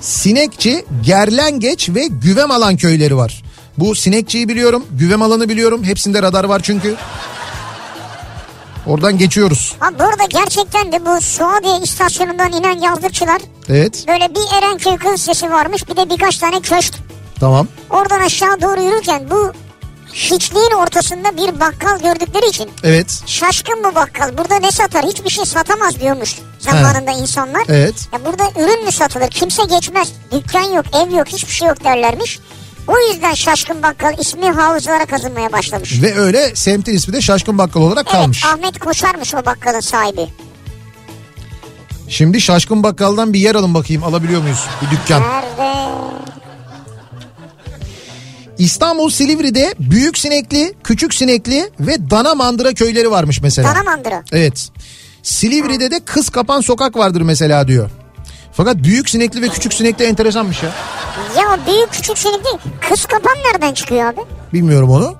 A: Sinekçi, Gerlengeç ve Güvemalan köyleri var. Bu Sinekçi'yi biliyorum, Güvemalan'ı biliyorum. Hepsinde radar var çünkü. Oradan geçiyoruz.
B: Abi burada gerçekten de bu Suadiye istasyonundan inen yazlıkçılar
A: Evet,
B: böyle bir Erenköy kız sesi varmış bir de birkaç tane köşk.
A: tamam.
B: Oradan aşağı doğru yürürken bu hiçliğin ortasında bir bakkal gördükleri için
A: Evet,
B: şaşkın bu bakkal burada ne satar hiçbir şey satamaz diyormuş zamanında insanlar.
A: evet.
B: Ya burada ürün mü satılır kimse geçmez dükkan yok ev yok hiçbir şey yok derlermiş. O yüzden şaşkın bakkal ismi havuzlara kazınmaya başlamış.
A: Ve öyle semtin ismi de Şaşkın Bakkal olarak kalmış.
B: Evet ah. Ahmet Koçarmış o bakkalın sahibi.
A: Şimdi Şaşkın Bakkal'dan bir yer alın bakayım alabiliyor muyuz bir dükkan?
B: Nerede?
A: İstanbul Silivri'de Büyük Sinekli, Küçük Sinekli ve Dana Mandıra köyleri varmış mesela.
B: Dana mandıra.
A: Evet. Silivri'de de Kız Kapan Sokak vardır mesela diyor. Fakat Büyük Sinekli ve Küçük Sinekli enteresanmış ya.
B: Ya o büyük küçük sinek değil. Kız kapan nereden çıkıyor abi?
A: Bilmiyorum onu.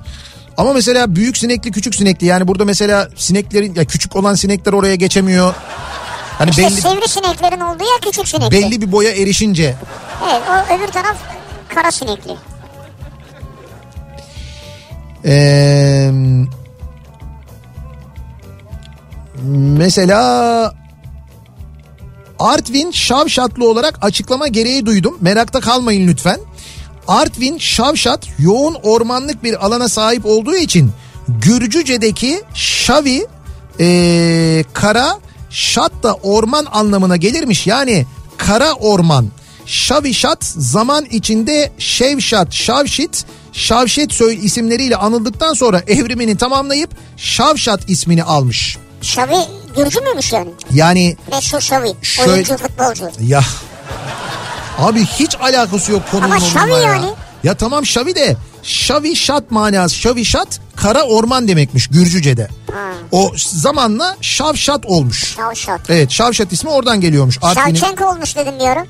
A: Ama mesela büyük sinekli küçük sinekli yani burada mesela sineklerin ya küçük olan sinekler oraya geçemiyor. Hani
B: İşte
A: belli
B: Şey, sivri sineklerin olduğu yer küçük sinekli.
A: belli bir boya erişince
B: Evet o öbür taraf kara sinekli.
A: Ee, mesela Artvin Şavşatlı olarak açıklama gereği duydum. Merakta kalmayın lütfen. Artvin Şavşat yoğun ormanlık bir alana sahip olduğu için Gürcüce'deki Şavi ee, kara şat da orman anlamına gelirmiş. Yani kara orman. Şavişat zaman içinde Şevşat, Şavşit, Şavşet soy isimleriyle anıldıktan sonra evrimini tamamlayıp Şavşat ismini almış.
B: Şavi Gürcü müymüş yani?
A: Yani
B: Meşhur Şavi.
A: Şöyle-
B: Oyuncu futbolcu.
A: ya abi hiç alakası yok konunun
B: Ama
A: onunla
B: Şavi
A: ya.
B: yani.
A: Ya tamam Şavi de Şavişat manası Şavişat kara orman demekmiş Gürcüce'de. O zamanla Şavşat olmuş.
B: Şavşat.
A: Evet Şavşat ismi oradan geliyormuş. Artvin'in-
B: Şavçenko olmuş dedim diyorum.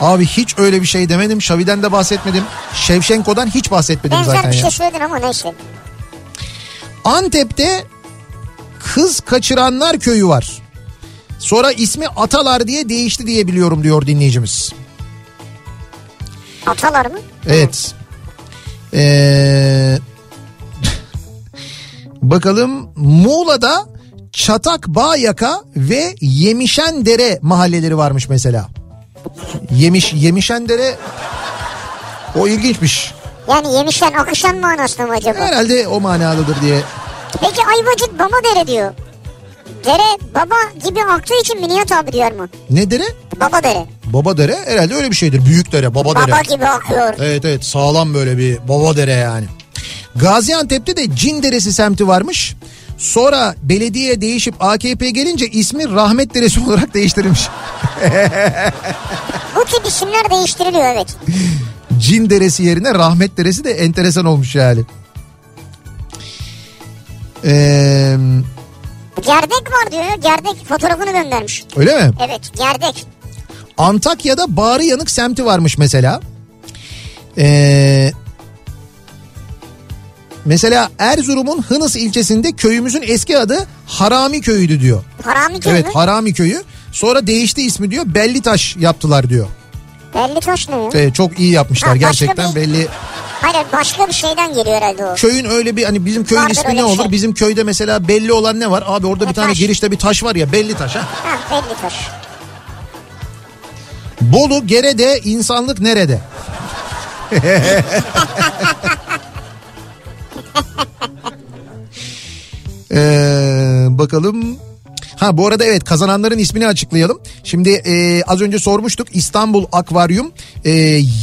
A: Abi hiç öyle bir şey demedim. Şavi'den de bahsetmedim. Şevşenko'dan hiç bahsetmedim
B: Benzer
A: zaten
B: bir
A: ya.
B: şey söyledin ama neyse.
A: Antep'te Kız Kaçıranlar Köyü var. Sonra ismi Atalar diye değişti diye biliyorum diyor dinleyicimiz.
B: Atalar mı?
A: Evet. Ee, bakalım Muğla'da Çatak Bağyaka ve Yemişendere mahalleleri varmış mesela. Yemiş Yemişendere o ilginçmiş.
B: Yani yemişten akışan manasında mı acaba?
A: Herhalde o manadadır diye.
B: Peki Ayvacık baba dere diyor. Dere baba gibi aktığı için mi Nihat abi diyor mu?
A: Ne dere?
B: Baba dere.
A: Baba dere herhalde öyle bir şeydir. Büyük dere, baba dere.
B: Baba gibi akıyor.
A: Evet evet sağlam böyle bir baba dere yani. Gaziantep'te de Cin Deresi semti varmış. Sonra belediye değişip AKP gelince ismi Rahmet Deresi olarak değiştirilmiş.
B: Bu tip isimler değiştiriliyor evet.
A: Cin Deresi yerine Rahmet Deresi de enteresan olmuş yani. Ee,
B: Gerdek var diyor. ya, Gerdek fotoğrafını göndermiş.
A: öyle mi?
B: Evet gerdek.
A: Antakya'da Bağrı Yanık semti varmış mesela. Ee, mesela Erzurum'un Hınıs ilçesinde köyümüzün eski adı Harami Köyü'ydü diyor.
B: Harami köyü mü?
A: Evet Harami Köyü. Sonra değişti ismi diyor Belli Taş yaptılar diyor.
B: Belli taş ne ya?
A: Ee, çok iyi yapmışlar
B: Ha, başka
A: gerçekten
B: bir-
A: belli.
B: Hayır başka bir şeyden geliyor herhalde o.
A: Köyün öyle bir hani bizim köyün
B: Vardır
A: ismi
B: öyle
A: ne
B: bir
A: olur?
B: şey.
A: Bizim köyde mesela belli olan ne var? Abi orada bir
B: Ha,
A: tane
B: taş.
A: girişte bir taş var ya Belli Taş ha.
B: Ha belli taş.
A: Bolu Gere'de insanlık nerede? Ee, bakalım. Ha bu arada evet kazananların ismini açıklayalım. Şimdi e, az önce sormuştuk İstanbul Akvaryum e,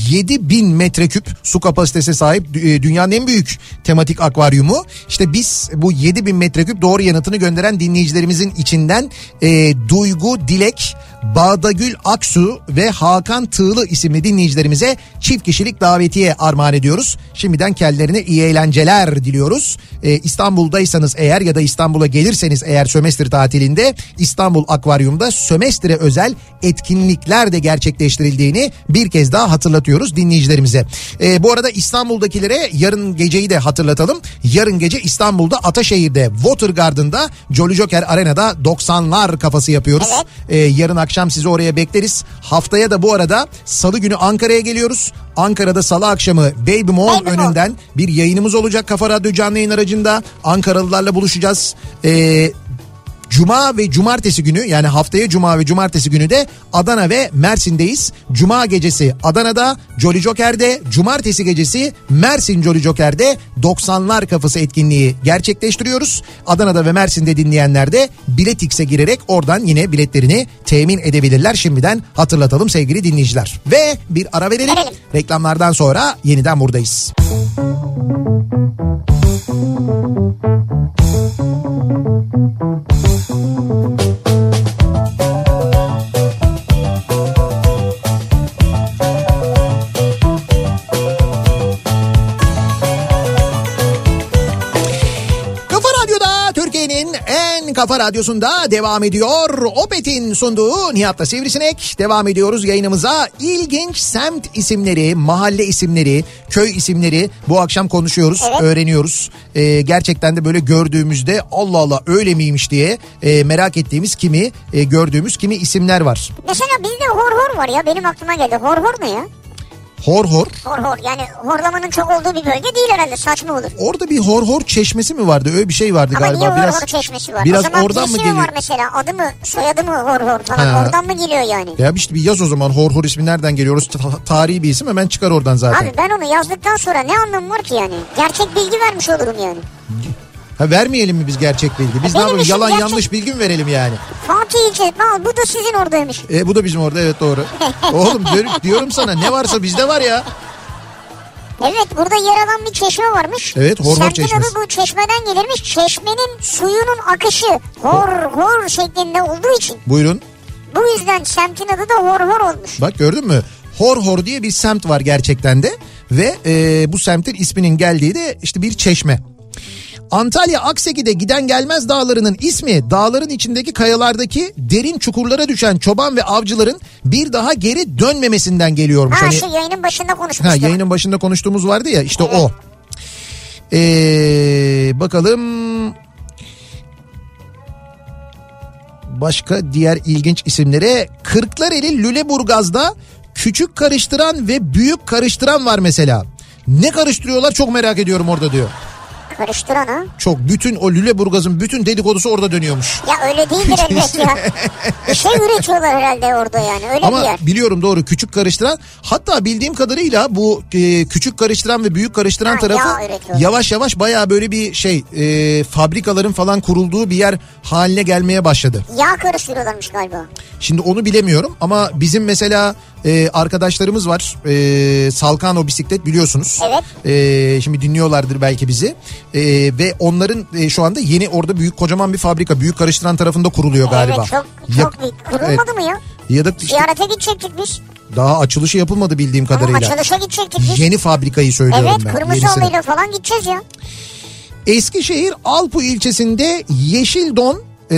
A: 7000 metreküp su kapasitesine sahip dü- e, dünyanın en büyük tematik akvaryumu. İşte biz bu 7000 metreküp doğru yanıtını gönderen dinleyicilerimizin içinden e, Duygu Dilek, Bağdagül Aksu ve Hakan Tığlı isimli dinleyicilerimize çift kişilik davetiye armağan ediyoruz. Şimdiden kendilerine iyi eğlenceler diliyoruz. Ee, İstanbul'daysanız eğer ya da İstanbul'a gelirseniz eğer sömestr tatilinde İstanbul Akvaryum'da sömestre özel etkinlikler de gerçekleştirildiğini bir kez daha hatırlatıyoruz dinleyicilerimize. Ee, bu arada İstanbul'dakilere yarın geceyi de hatırlatalım. Yarın gece İstanbul'da Ataşehir'de Water Garden'da Jolly Joker Arena'da 90'lar kafası yapıyoruz. Ee, yarın akşam sizi oraya bekleriz. Haftaya da bu arada salı günü Ankara'ya geliyoruz. Ankara'da salı akşamı Baby Mall
B: Baby Mall.
A: önünden bir yayınımız olacak Kafa Radyo canlı yayın aracında. Ankaralılarla buluşacağız. Ee, Cuma ve cumartesi günü yani haftaya cuma ve cumartesi günü de Adana ve Mersin'deyiz. Cuma gecesi Adana'da, Jolly Joker'de, cumartesi gecesi Mersin Jolly Joker'de 90'lar kafası etkinliği gerçekleştiriyoruz. Adana'da ve Mersin'de dinleyenler de Biletix'e girerek oradan yine biletlerini temin edebilirler. Şimdiden hatırlatalım sevgili dinleyiciler. Ve bir ara verelim.
B: Verelim.
A: Reklamlardan sonra yeniden buradayız. Kafa Radyo'da Türkiye'nin en kafa radyosunda devam ediyor. Opet'in sunduğu Nihat'la Sivrisinek. Devam ediyoruz yayınımıza. İlginç semt isimleri, mahalle isimleri, köy isimleri bu akşam konuşuyoruz, öğreniyoruz. Ee, gerçekten de böyle gördüğümüzde Allah Allah öyle miymiş diye e, merak ettiğimiz kimi, e, gördüğümüz kimi isimler var.
B: Mesela bizde hor hor var ya benim aklıma geldi. Hor hor ne ya?
A: Hor hor.
B: Hor hor yani horlamanın çok olduğu bir bölge değil herhalde saçma olur.
A: Orada bir hor hor çeşmesi mi vardı? Öyle bir şey vardı
B: Ama
A: galiba.
B: niye hor
A: biraz
B: hor çeşmesi var?
A: biraz
B: o zaman
A: oradan mı
B: birisi
A: geliyor?
B: var mesela adı mı soyadı mı hor hor falan
A: Ha.
B: oradan mı geliyor yani?
A: Ya işte bir yaz o zaman hor hor ismi nereden geliyoruz? Tarihi bir isim hemen çıkar oradan zaten.
B: Abi ben onu yazdıktan sonra ne anlamı var ki yani? Gerçek bilgi vermiş olurum yani.
A: Ha vermeyelim mi biz gerçek bilgi? Biz ne
B: Benim
A: yapalım?
B: işim
A: Yalan
B: gerçek-
A: yanlış bilgi mi verelim yani?
B: Fatih ilçe al bu da sizin oradaymış.
A: E, bu da bizim orada evet doğru. Oğlum diyorum- diyorum sana ne varsa bizde var ya.
B: Evet burada yer alan bir çeşme varmış.
A: Evet, hor hor
B: Semtin
A: çeşmesi.
B: adı bu çeşmeden gelirmiş. Çeşmenin suyunun akışı hor hor şeklinde olduğu için.
A: Buyurun.
B: Bu yüzden semtin adı da hor hor olmuş.
A: Bak gördün mü? Hor hor diye bir semt var gerçekten de. Ve e, bu semtin isminin geldiği de işte bir çeşme. Antalya Akseki'de giden gelmez dağlarının ismi dağların içindeki kayalardaki derin çukurlara düşen çoban ve avcıların bir daha geri dönmemesinden geliyormuş.
B: Ha
A: Hani-
B: şu yayının başında
A: Ha,
B: konuşmuştuk.
A: yayının başında konuştuğumuz vardı ya işte o. Ee, bakalım başka diğer ilginç isimlere Kırklareli Lüleburgaz'da küçük karıştıran ve büyük karıştıran var mesela. Ne karıştırıyorlar çok merak ediyorum orada diyor.
B: Karıştıran ha.
A: Çok bütün o Lüleburgaz'ın bütün dedikodusu orada dönüyormuş.
B: Ya öyle değildir elbet ya. Bir şey üretiyorlar herhalde orada yani öyle bir
A: Ama
B: yer.
A: biliyorum doğru küçük karıştıran hatta bildiğim kadarıyla bu e, küçük karıştıran ve büyük karıştıran
B: Ha,
A: tarafı
B: yağ üretiyorlar.
A: yavaş yavaş bayağı böyle bir şey e, fabrikaların falan kurulduğu bir yer haline gelmeye başladı.
B: Yağ karıştırıyorlarmış galiba.
A: Şimdi onu bilemiyorum ama bizim mesela e, arkadaşlarımız var. E, Salkano bisiklet biliyorsunuz.
B: Evet.
A: E, şimdi dinliyorlardır belki bizi. E, ve onların e, şu anda yeni orada büyük kocaman bir fabrika büyük karıştıran tarafında kuruluyor galiba.
B: Evet çok, çok
A: Yap-
B: büyük. Kurulmadı
A: Evet.
B: mı ya?
A: Ya da işte
B: Ziyarete gidecektik biz.
A: daha açılışı yapılmadı bildiğim
B: Ama
A: kadarıyla.
B: açılışa gidecektik biz.
A: Yeni fabrikayı söylüyorum
B: evet
A: ben.
B: kırmızı
A: yenisini.
B: halıyla falan gideceğiz ya.
A: Eskişehir Alpu ilçesinde Yeşildon e,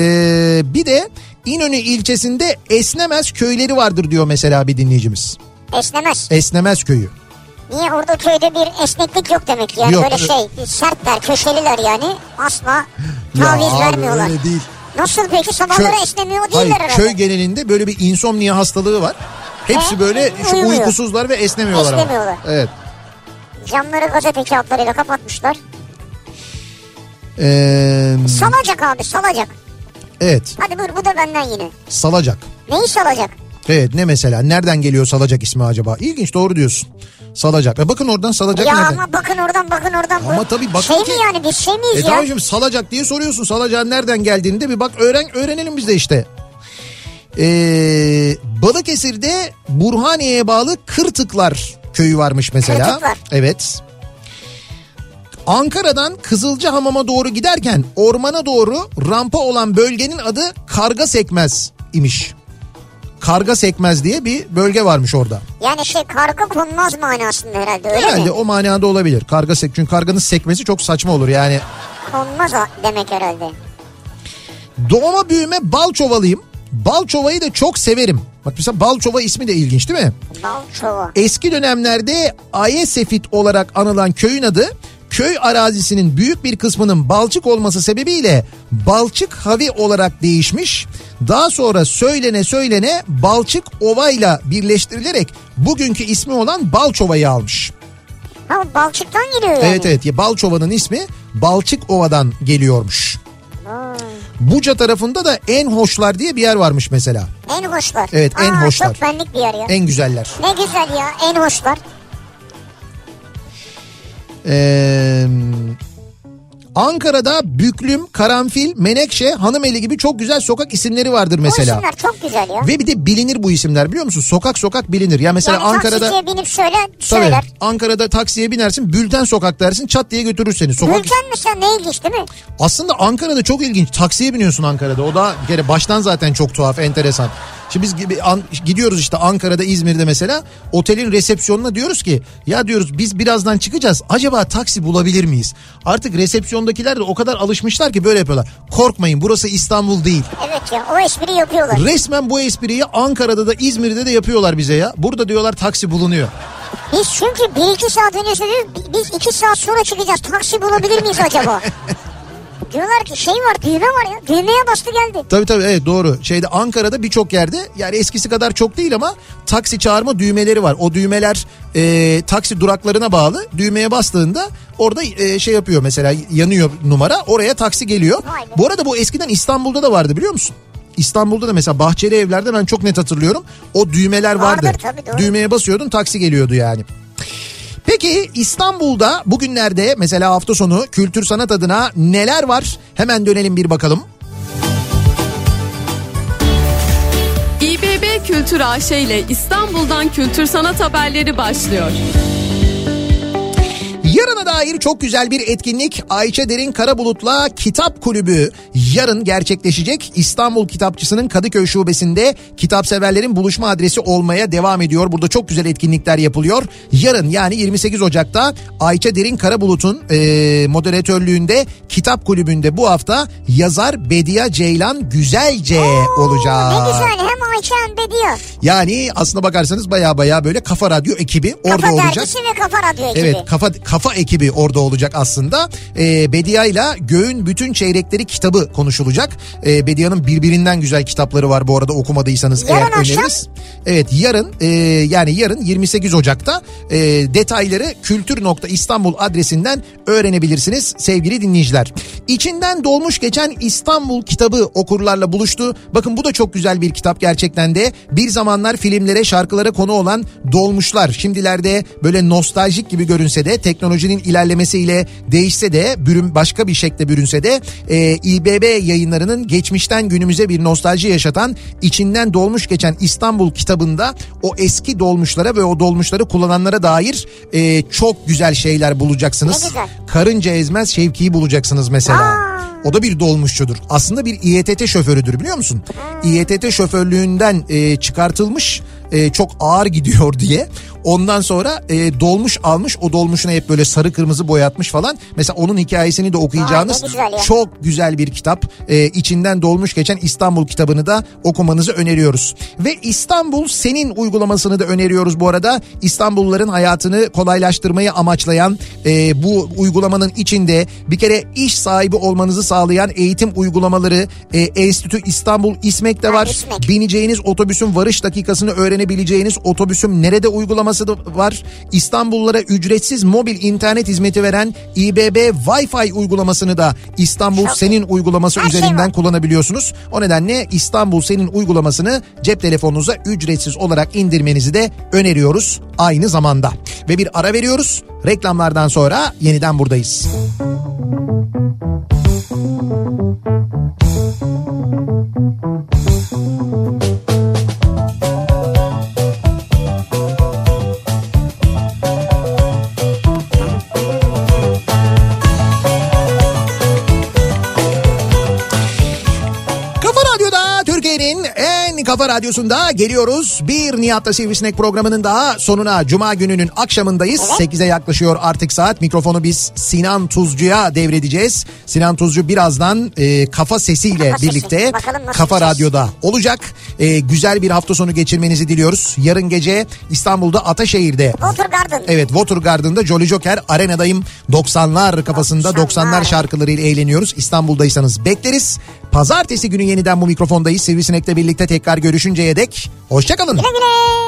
A: bir de İnönü ilçesinde Esnemez köyleri vardır diyor mesela bir dinleyicimiz.
B: Esnemez.
A: Esnemez köyü.
B: Niye orada köyde bir esneklik yok demek ki yani
A: Yok.
B: böyle şey sertler köşeliler yani asla
A: Ya
B: taviz
A: abi,
B: vermiyorlar.
A: öyle değil.
B: Nasıl peki sabahları esnemiyor değiller
A: Hayır,
B: herhalde.
A: köy genelinde böyle bir insomnia hastalığı var. Hepsi
B: E,
A: böyle şu
B: uyumuyor.
A: uykusuzlar ve esnemiyorlar ama.
B: Esnemiyorlar.
A: Evet.
B: Camları gazete kağıtlarıyla kapatmışlar.
A: Hmm. Ee,
B: Salacak abi salacak.
A: evet.
B: Hadi buyur bu da benden yine.
A: Salacak.
B: Neyi salacak?
A: Evet ne mesela nereden geliyor Salacak ismi acaba? İlginç doğru diyorsun. Salacak. E bakın oradan Salacak
B: ya
A: nereden?
B: ama bakın oradan bakın oradan.
A: Ama
B: Bu-
A: tabii bakın
B: Şey
A: ki-
B: mi yani biz şey miyiz
A: E
B: ya?
A: tamam şimdi Salacak diye soruyorsun. Salacak'ın nereden geldiğini de bir bak öğren öğrenelim biz de işte. Ee, Balıkesir'de Burhaniye'ye bağlı Kırtıklar köyü varmış mesela.
B: Kırtıklar.
A: Evet. Ankara'dan Kızılcahamam'a doğru giderken ormana doğru rampa olan bölgenin adı Karga Sekmez imiş. Karga Sekmez diye bir bölge varmış orada.
B: Yani şey karga konmaz manasında herhalde öyle
A: Herhalde
B: mi?
A: o manada olabilir. Karga sek çünkü karganın sekmesi çok saçma olur yani.
B: Konmaz ha- demek herhalde.
A: Doğma büyüme Balçovalıyım. Balçova'yı da çok severim. Bak mesela Balçova ismi de ilginç değil mi?
B: Balçova.
A: Eski dönemlerde Ayesefit olarak anılan köyün adı köy arazisinin büyük bir kısmının balçık olması sebebiyle balçık havi olarak değişmiş. Daha sonra söylene söylene balçık ovayla birleştirilerek bugünkü ismi olan Balçova'yı almış.
B: Ha o balçıktan geliyor yani.
A: Evet evet Ya Balçova'nın ismi Balçık Ova'dan geliyormuş. Buca tarafında da en hoşlar diye bir yer varmış mesela.
B: En hoşlar.
A: Evet, en
B: Aa,
A: hoşlar.
B: Çok benlik bir yer ya.
A: En güzeller.
B: Ne güzel ya en hoşlar.
A: Ee, Ankara'da Büklüm, Karanfil, Menekşe, Hanımeli gibi çok güzel sokak isimleri vardır
B: Mesela.
A: mesela.
B: Hoşlar çok güzel ya.
A: Ve bir de bilinir bu isimler biliyor musun? Sokak sokak bilinir. Ya mesela
B: yani
A: Ankara'da
B: taksiciye binip söyle
A: Tabii,
B: söyler.
A: Ankara'da taksiye binersin, Bülten Sokak dersin, çat diye götürür seni. Sokak
B: Gülten mi sen ne ilginç değil mi?
A: Aslında Ankara'da çok ilginç. Taksiye biniyorsun Ankara'da. O da bir kere baştan zaten çok tuhaf, enteresan. Şimdi biz gibi an- gidiyoruz işte Ankara'da, İzmir'de mesela otelin resepsiyonuna diyoruz ki ya diyoruz biz birazdan çıkacağız. Acaba taksi bulabilir miyiz? Artık resepsiyondakiler de o kadar alışmışlar ki böyle yapıyorlar. Korkmayın burası İstanbul değil.
B: Evet ya o espri yapıyorlar.
A: Resmen bu espriyi Ankara'da da İzmir'de de yapıyorlar bize ya. Burada diyorlar taksi bulunuyor.
B: Biz çünkü 1-2 saat önce söylüyoruz. bi- Biz 2 saat sonra çıkacağız. Taksi bulabilir miyiz acaba? Diyorlar ki şey var düğme var ya. Düğmeye bastı geldi.
A: Tabii tabii evet doğru. Şeyde Ankara'da birçok yerde yani eskisi kadar çok değil ama taksi çağırma düğmeleri var. O düğmeler e, taksi duraklarına bağlı. Düğmeye bastığında orada e, şey yapıyor mesela yanıyor numara. Oraya taksi geliyor.
B: Vay be.
A: Bu arada bu eskiden İstanbul'da da vardı biliyor musun? İstanbul'da da mesela bahçeli evlerde ben çok net hatırlıyorum. O düğmeler vardı.
B: Vardır tabii, doğru.
A: Düğmeye basıyordun taksi geliyordu yani. Peki İstanbul'da bugünlerde mesela hafta sonu kültür sanat adına neler var? Hemen dönelim bir bakalım.
C: İBB Kültür AŞ ile İstanbul'dan kültür sanat haberleri başlıyor.
A: Yarına dair çok güzel bir etkinlik Ayça Derin Karabulut'la Kitap Kulübü yarın gerçekleşecek. İstanbul Kitapçısı'nın Kadıköy Şubesi'nde kitapseverlerin buluşma adresi olmaya devam ediyor. Burada çok güzel etkinlikler yapılıyor. Yarın yani 28 Ocak'ta Ayça Derin Karabulut'un eee, moderatörlüğünde Kitap Kulübü'nde bu hafta yazar Bedia Ceylan Güzelce olacak.
B: Ne güzel hem Ayça hem de diyor.
A: Yani aslına bakarsanız baya baya böyle Kafa Radyo ekibi orada
B: Kafa
A: olacak.
B: dergisi ve kafa radyo ekibi.
A: Evet kafa kafa ekibi orada olacak aslında. E, Bedia ile Göğün Bütün Çeyrekleri kitabı konuşulacak. E, Bedia'nın birbirinden güzel kitapları var bu arada okumadıysanız
B: Yarın
A: eğer
B: akşam.
A: öneririz. Evet yarın e, yani yarın 28 Ocak'ta e, detayları kültür.istanbul adresinden öğrenebilirsiniz sevgili dinleyiciler. İçinden dolmuş geçen İstanbul kitabı okurlarla buluştu. Bakın bu da çok güzel bir kitap gerçekten de. Bir zamanlar filmlere şarkılara konu olan Dolmuşlar şimdilerde böyle nostaljik gibi görünse de teknolojinin ilerlemesiyle değişse de bürün başka bir şekle bürünse de e, İBB yayınlarının geçmişten günümüze bir nostalji yaşatan içinden dolmuş geçen İstanbul kitabında o eski dolmuşlara ve o dolmuşları kullananlara dair e, çok güzel şeyler bulacaksınız.
B: Ne güzel.
A: Karınca ezmez Şevki'yi bulacaksınız mesela. O da bir dolmuşçudur. Aslında bir İETT şoförüdür biliyor musun? İETT şoförlüğünden e, çıkartılmış e, çok ağır gidiyor diye. Ondan sonra e, dolmuş almış o dolmuşuna hep böyle sarı kırmızı boyatmış falan. Mesela onun hikayesini de okuyacağınız
B: Aa, ne güzel ya.
A: çok güzel bir kitap. E, içinden dolmuş geçen İstanbul kitabını da okumanızı öneriyoruz. Ve İstanbul senin uygulamasını da öneriyoruz bu arada. İstanbulluların hayatını kolaylaştırmayı amaçlayan e, bu uygulamanın içinde bir kere iş sahibi olmanızı sağlayan eğitim uygulamaları e, Enstitü İstanbul İSMEK de
B: Ha,
A: var.
B: İSMEK.
A: Bineceğiniz otobüsün varış dakikasını öğrenebileceğiniz otobüsün nerede uygulaması da var. İstanbullulara ücretsiz mobil internet hizmeti veren İBB Wi-Fi uygulamasını da İstanbul
B: Çok
A: Senin uygulaması
B: Her şey
A: üzerinden
B: var.
A: kullanabiliyorsunuz. O nedenle İstanbul Senin uygulamasını cep telefonunuza ücretsiz olarak indirmenizi de öneriyoruz aynı zamanda. Ve bir ara veriyoruz. Reklamlardan sonra yeniden buradayız. Kafa Radyo'da Türkiye'nin en kafa radyosunda geliyoruz. Bir Nihat'ta Sivrisinek programının daha sonuna Cuma gününün akşamındayız. 8'e yaklaşıyor artık saat. Mikrofonu biz Sinan Tuzcu'ya devredeceğiz. Sinan Tuzcu birazdan e, kafa sesiyle
B: Kafa sesi.
A: birlikte
B: Bakalım nasıl
A: Kafa
B: gideceğiz?
A: Radyo'da olacak. E, güzel bir hafta sonu geçirmenizi diliyoruz. Yarın gece İstanbul'da Ataşehir'de
B: Water Garden.
A: Evet Water Garden'da Jolly Joker Arena'dayım. 90'lar kafasında 90'lar
B: 90'lar
A: şarkılarıyla eğleniyoruz. İstanbul'daysanız bekleriz. Pazartesi günü yeniden bu mikrofondayız. Sivrisinek'le birlikte tekrar görüşünceye dek. Hoşçakalın.
B: Güle güle.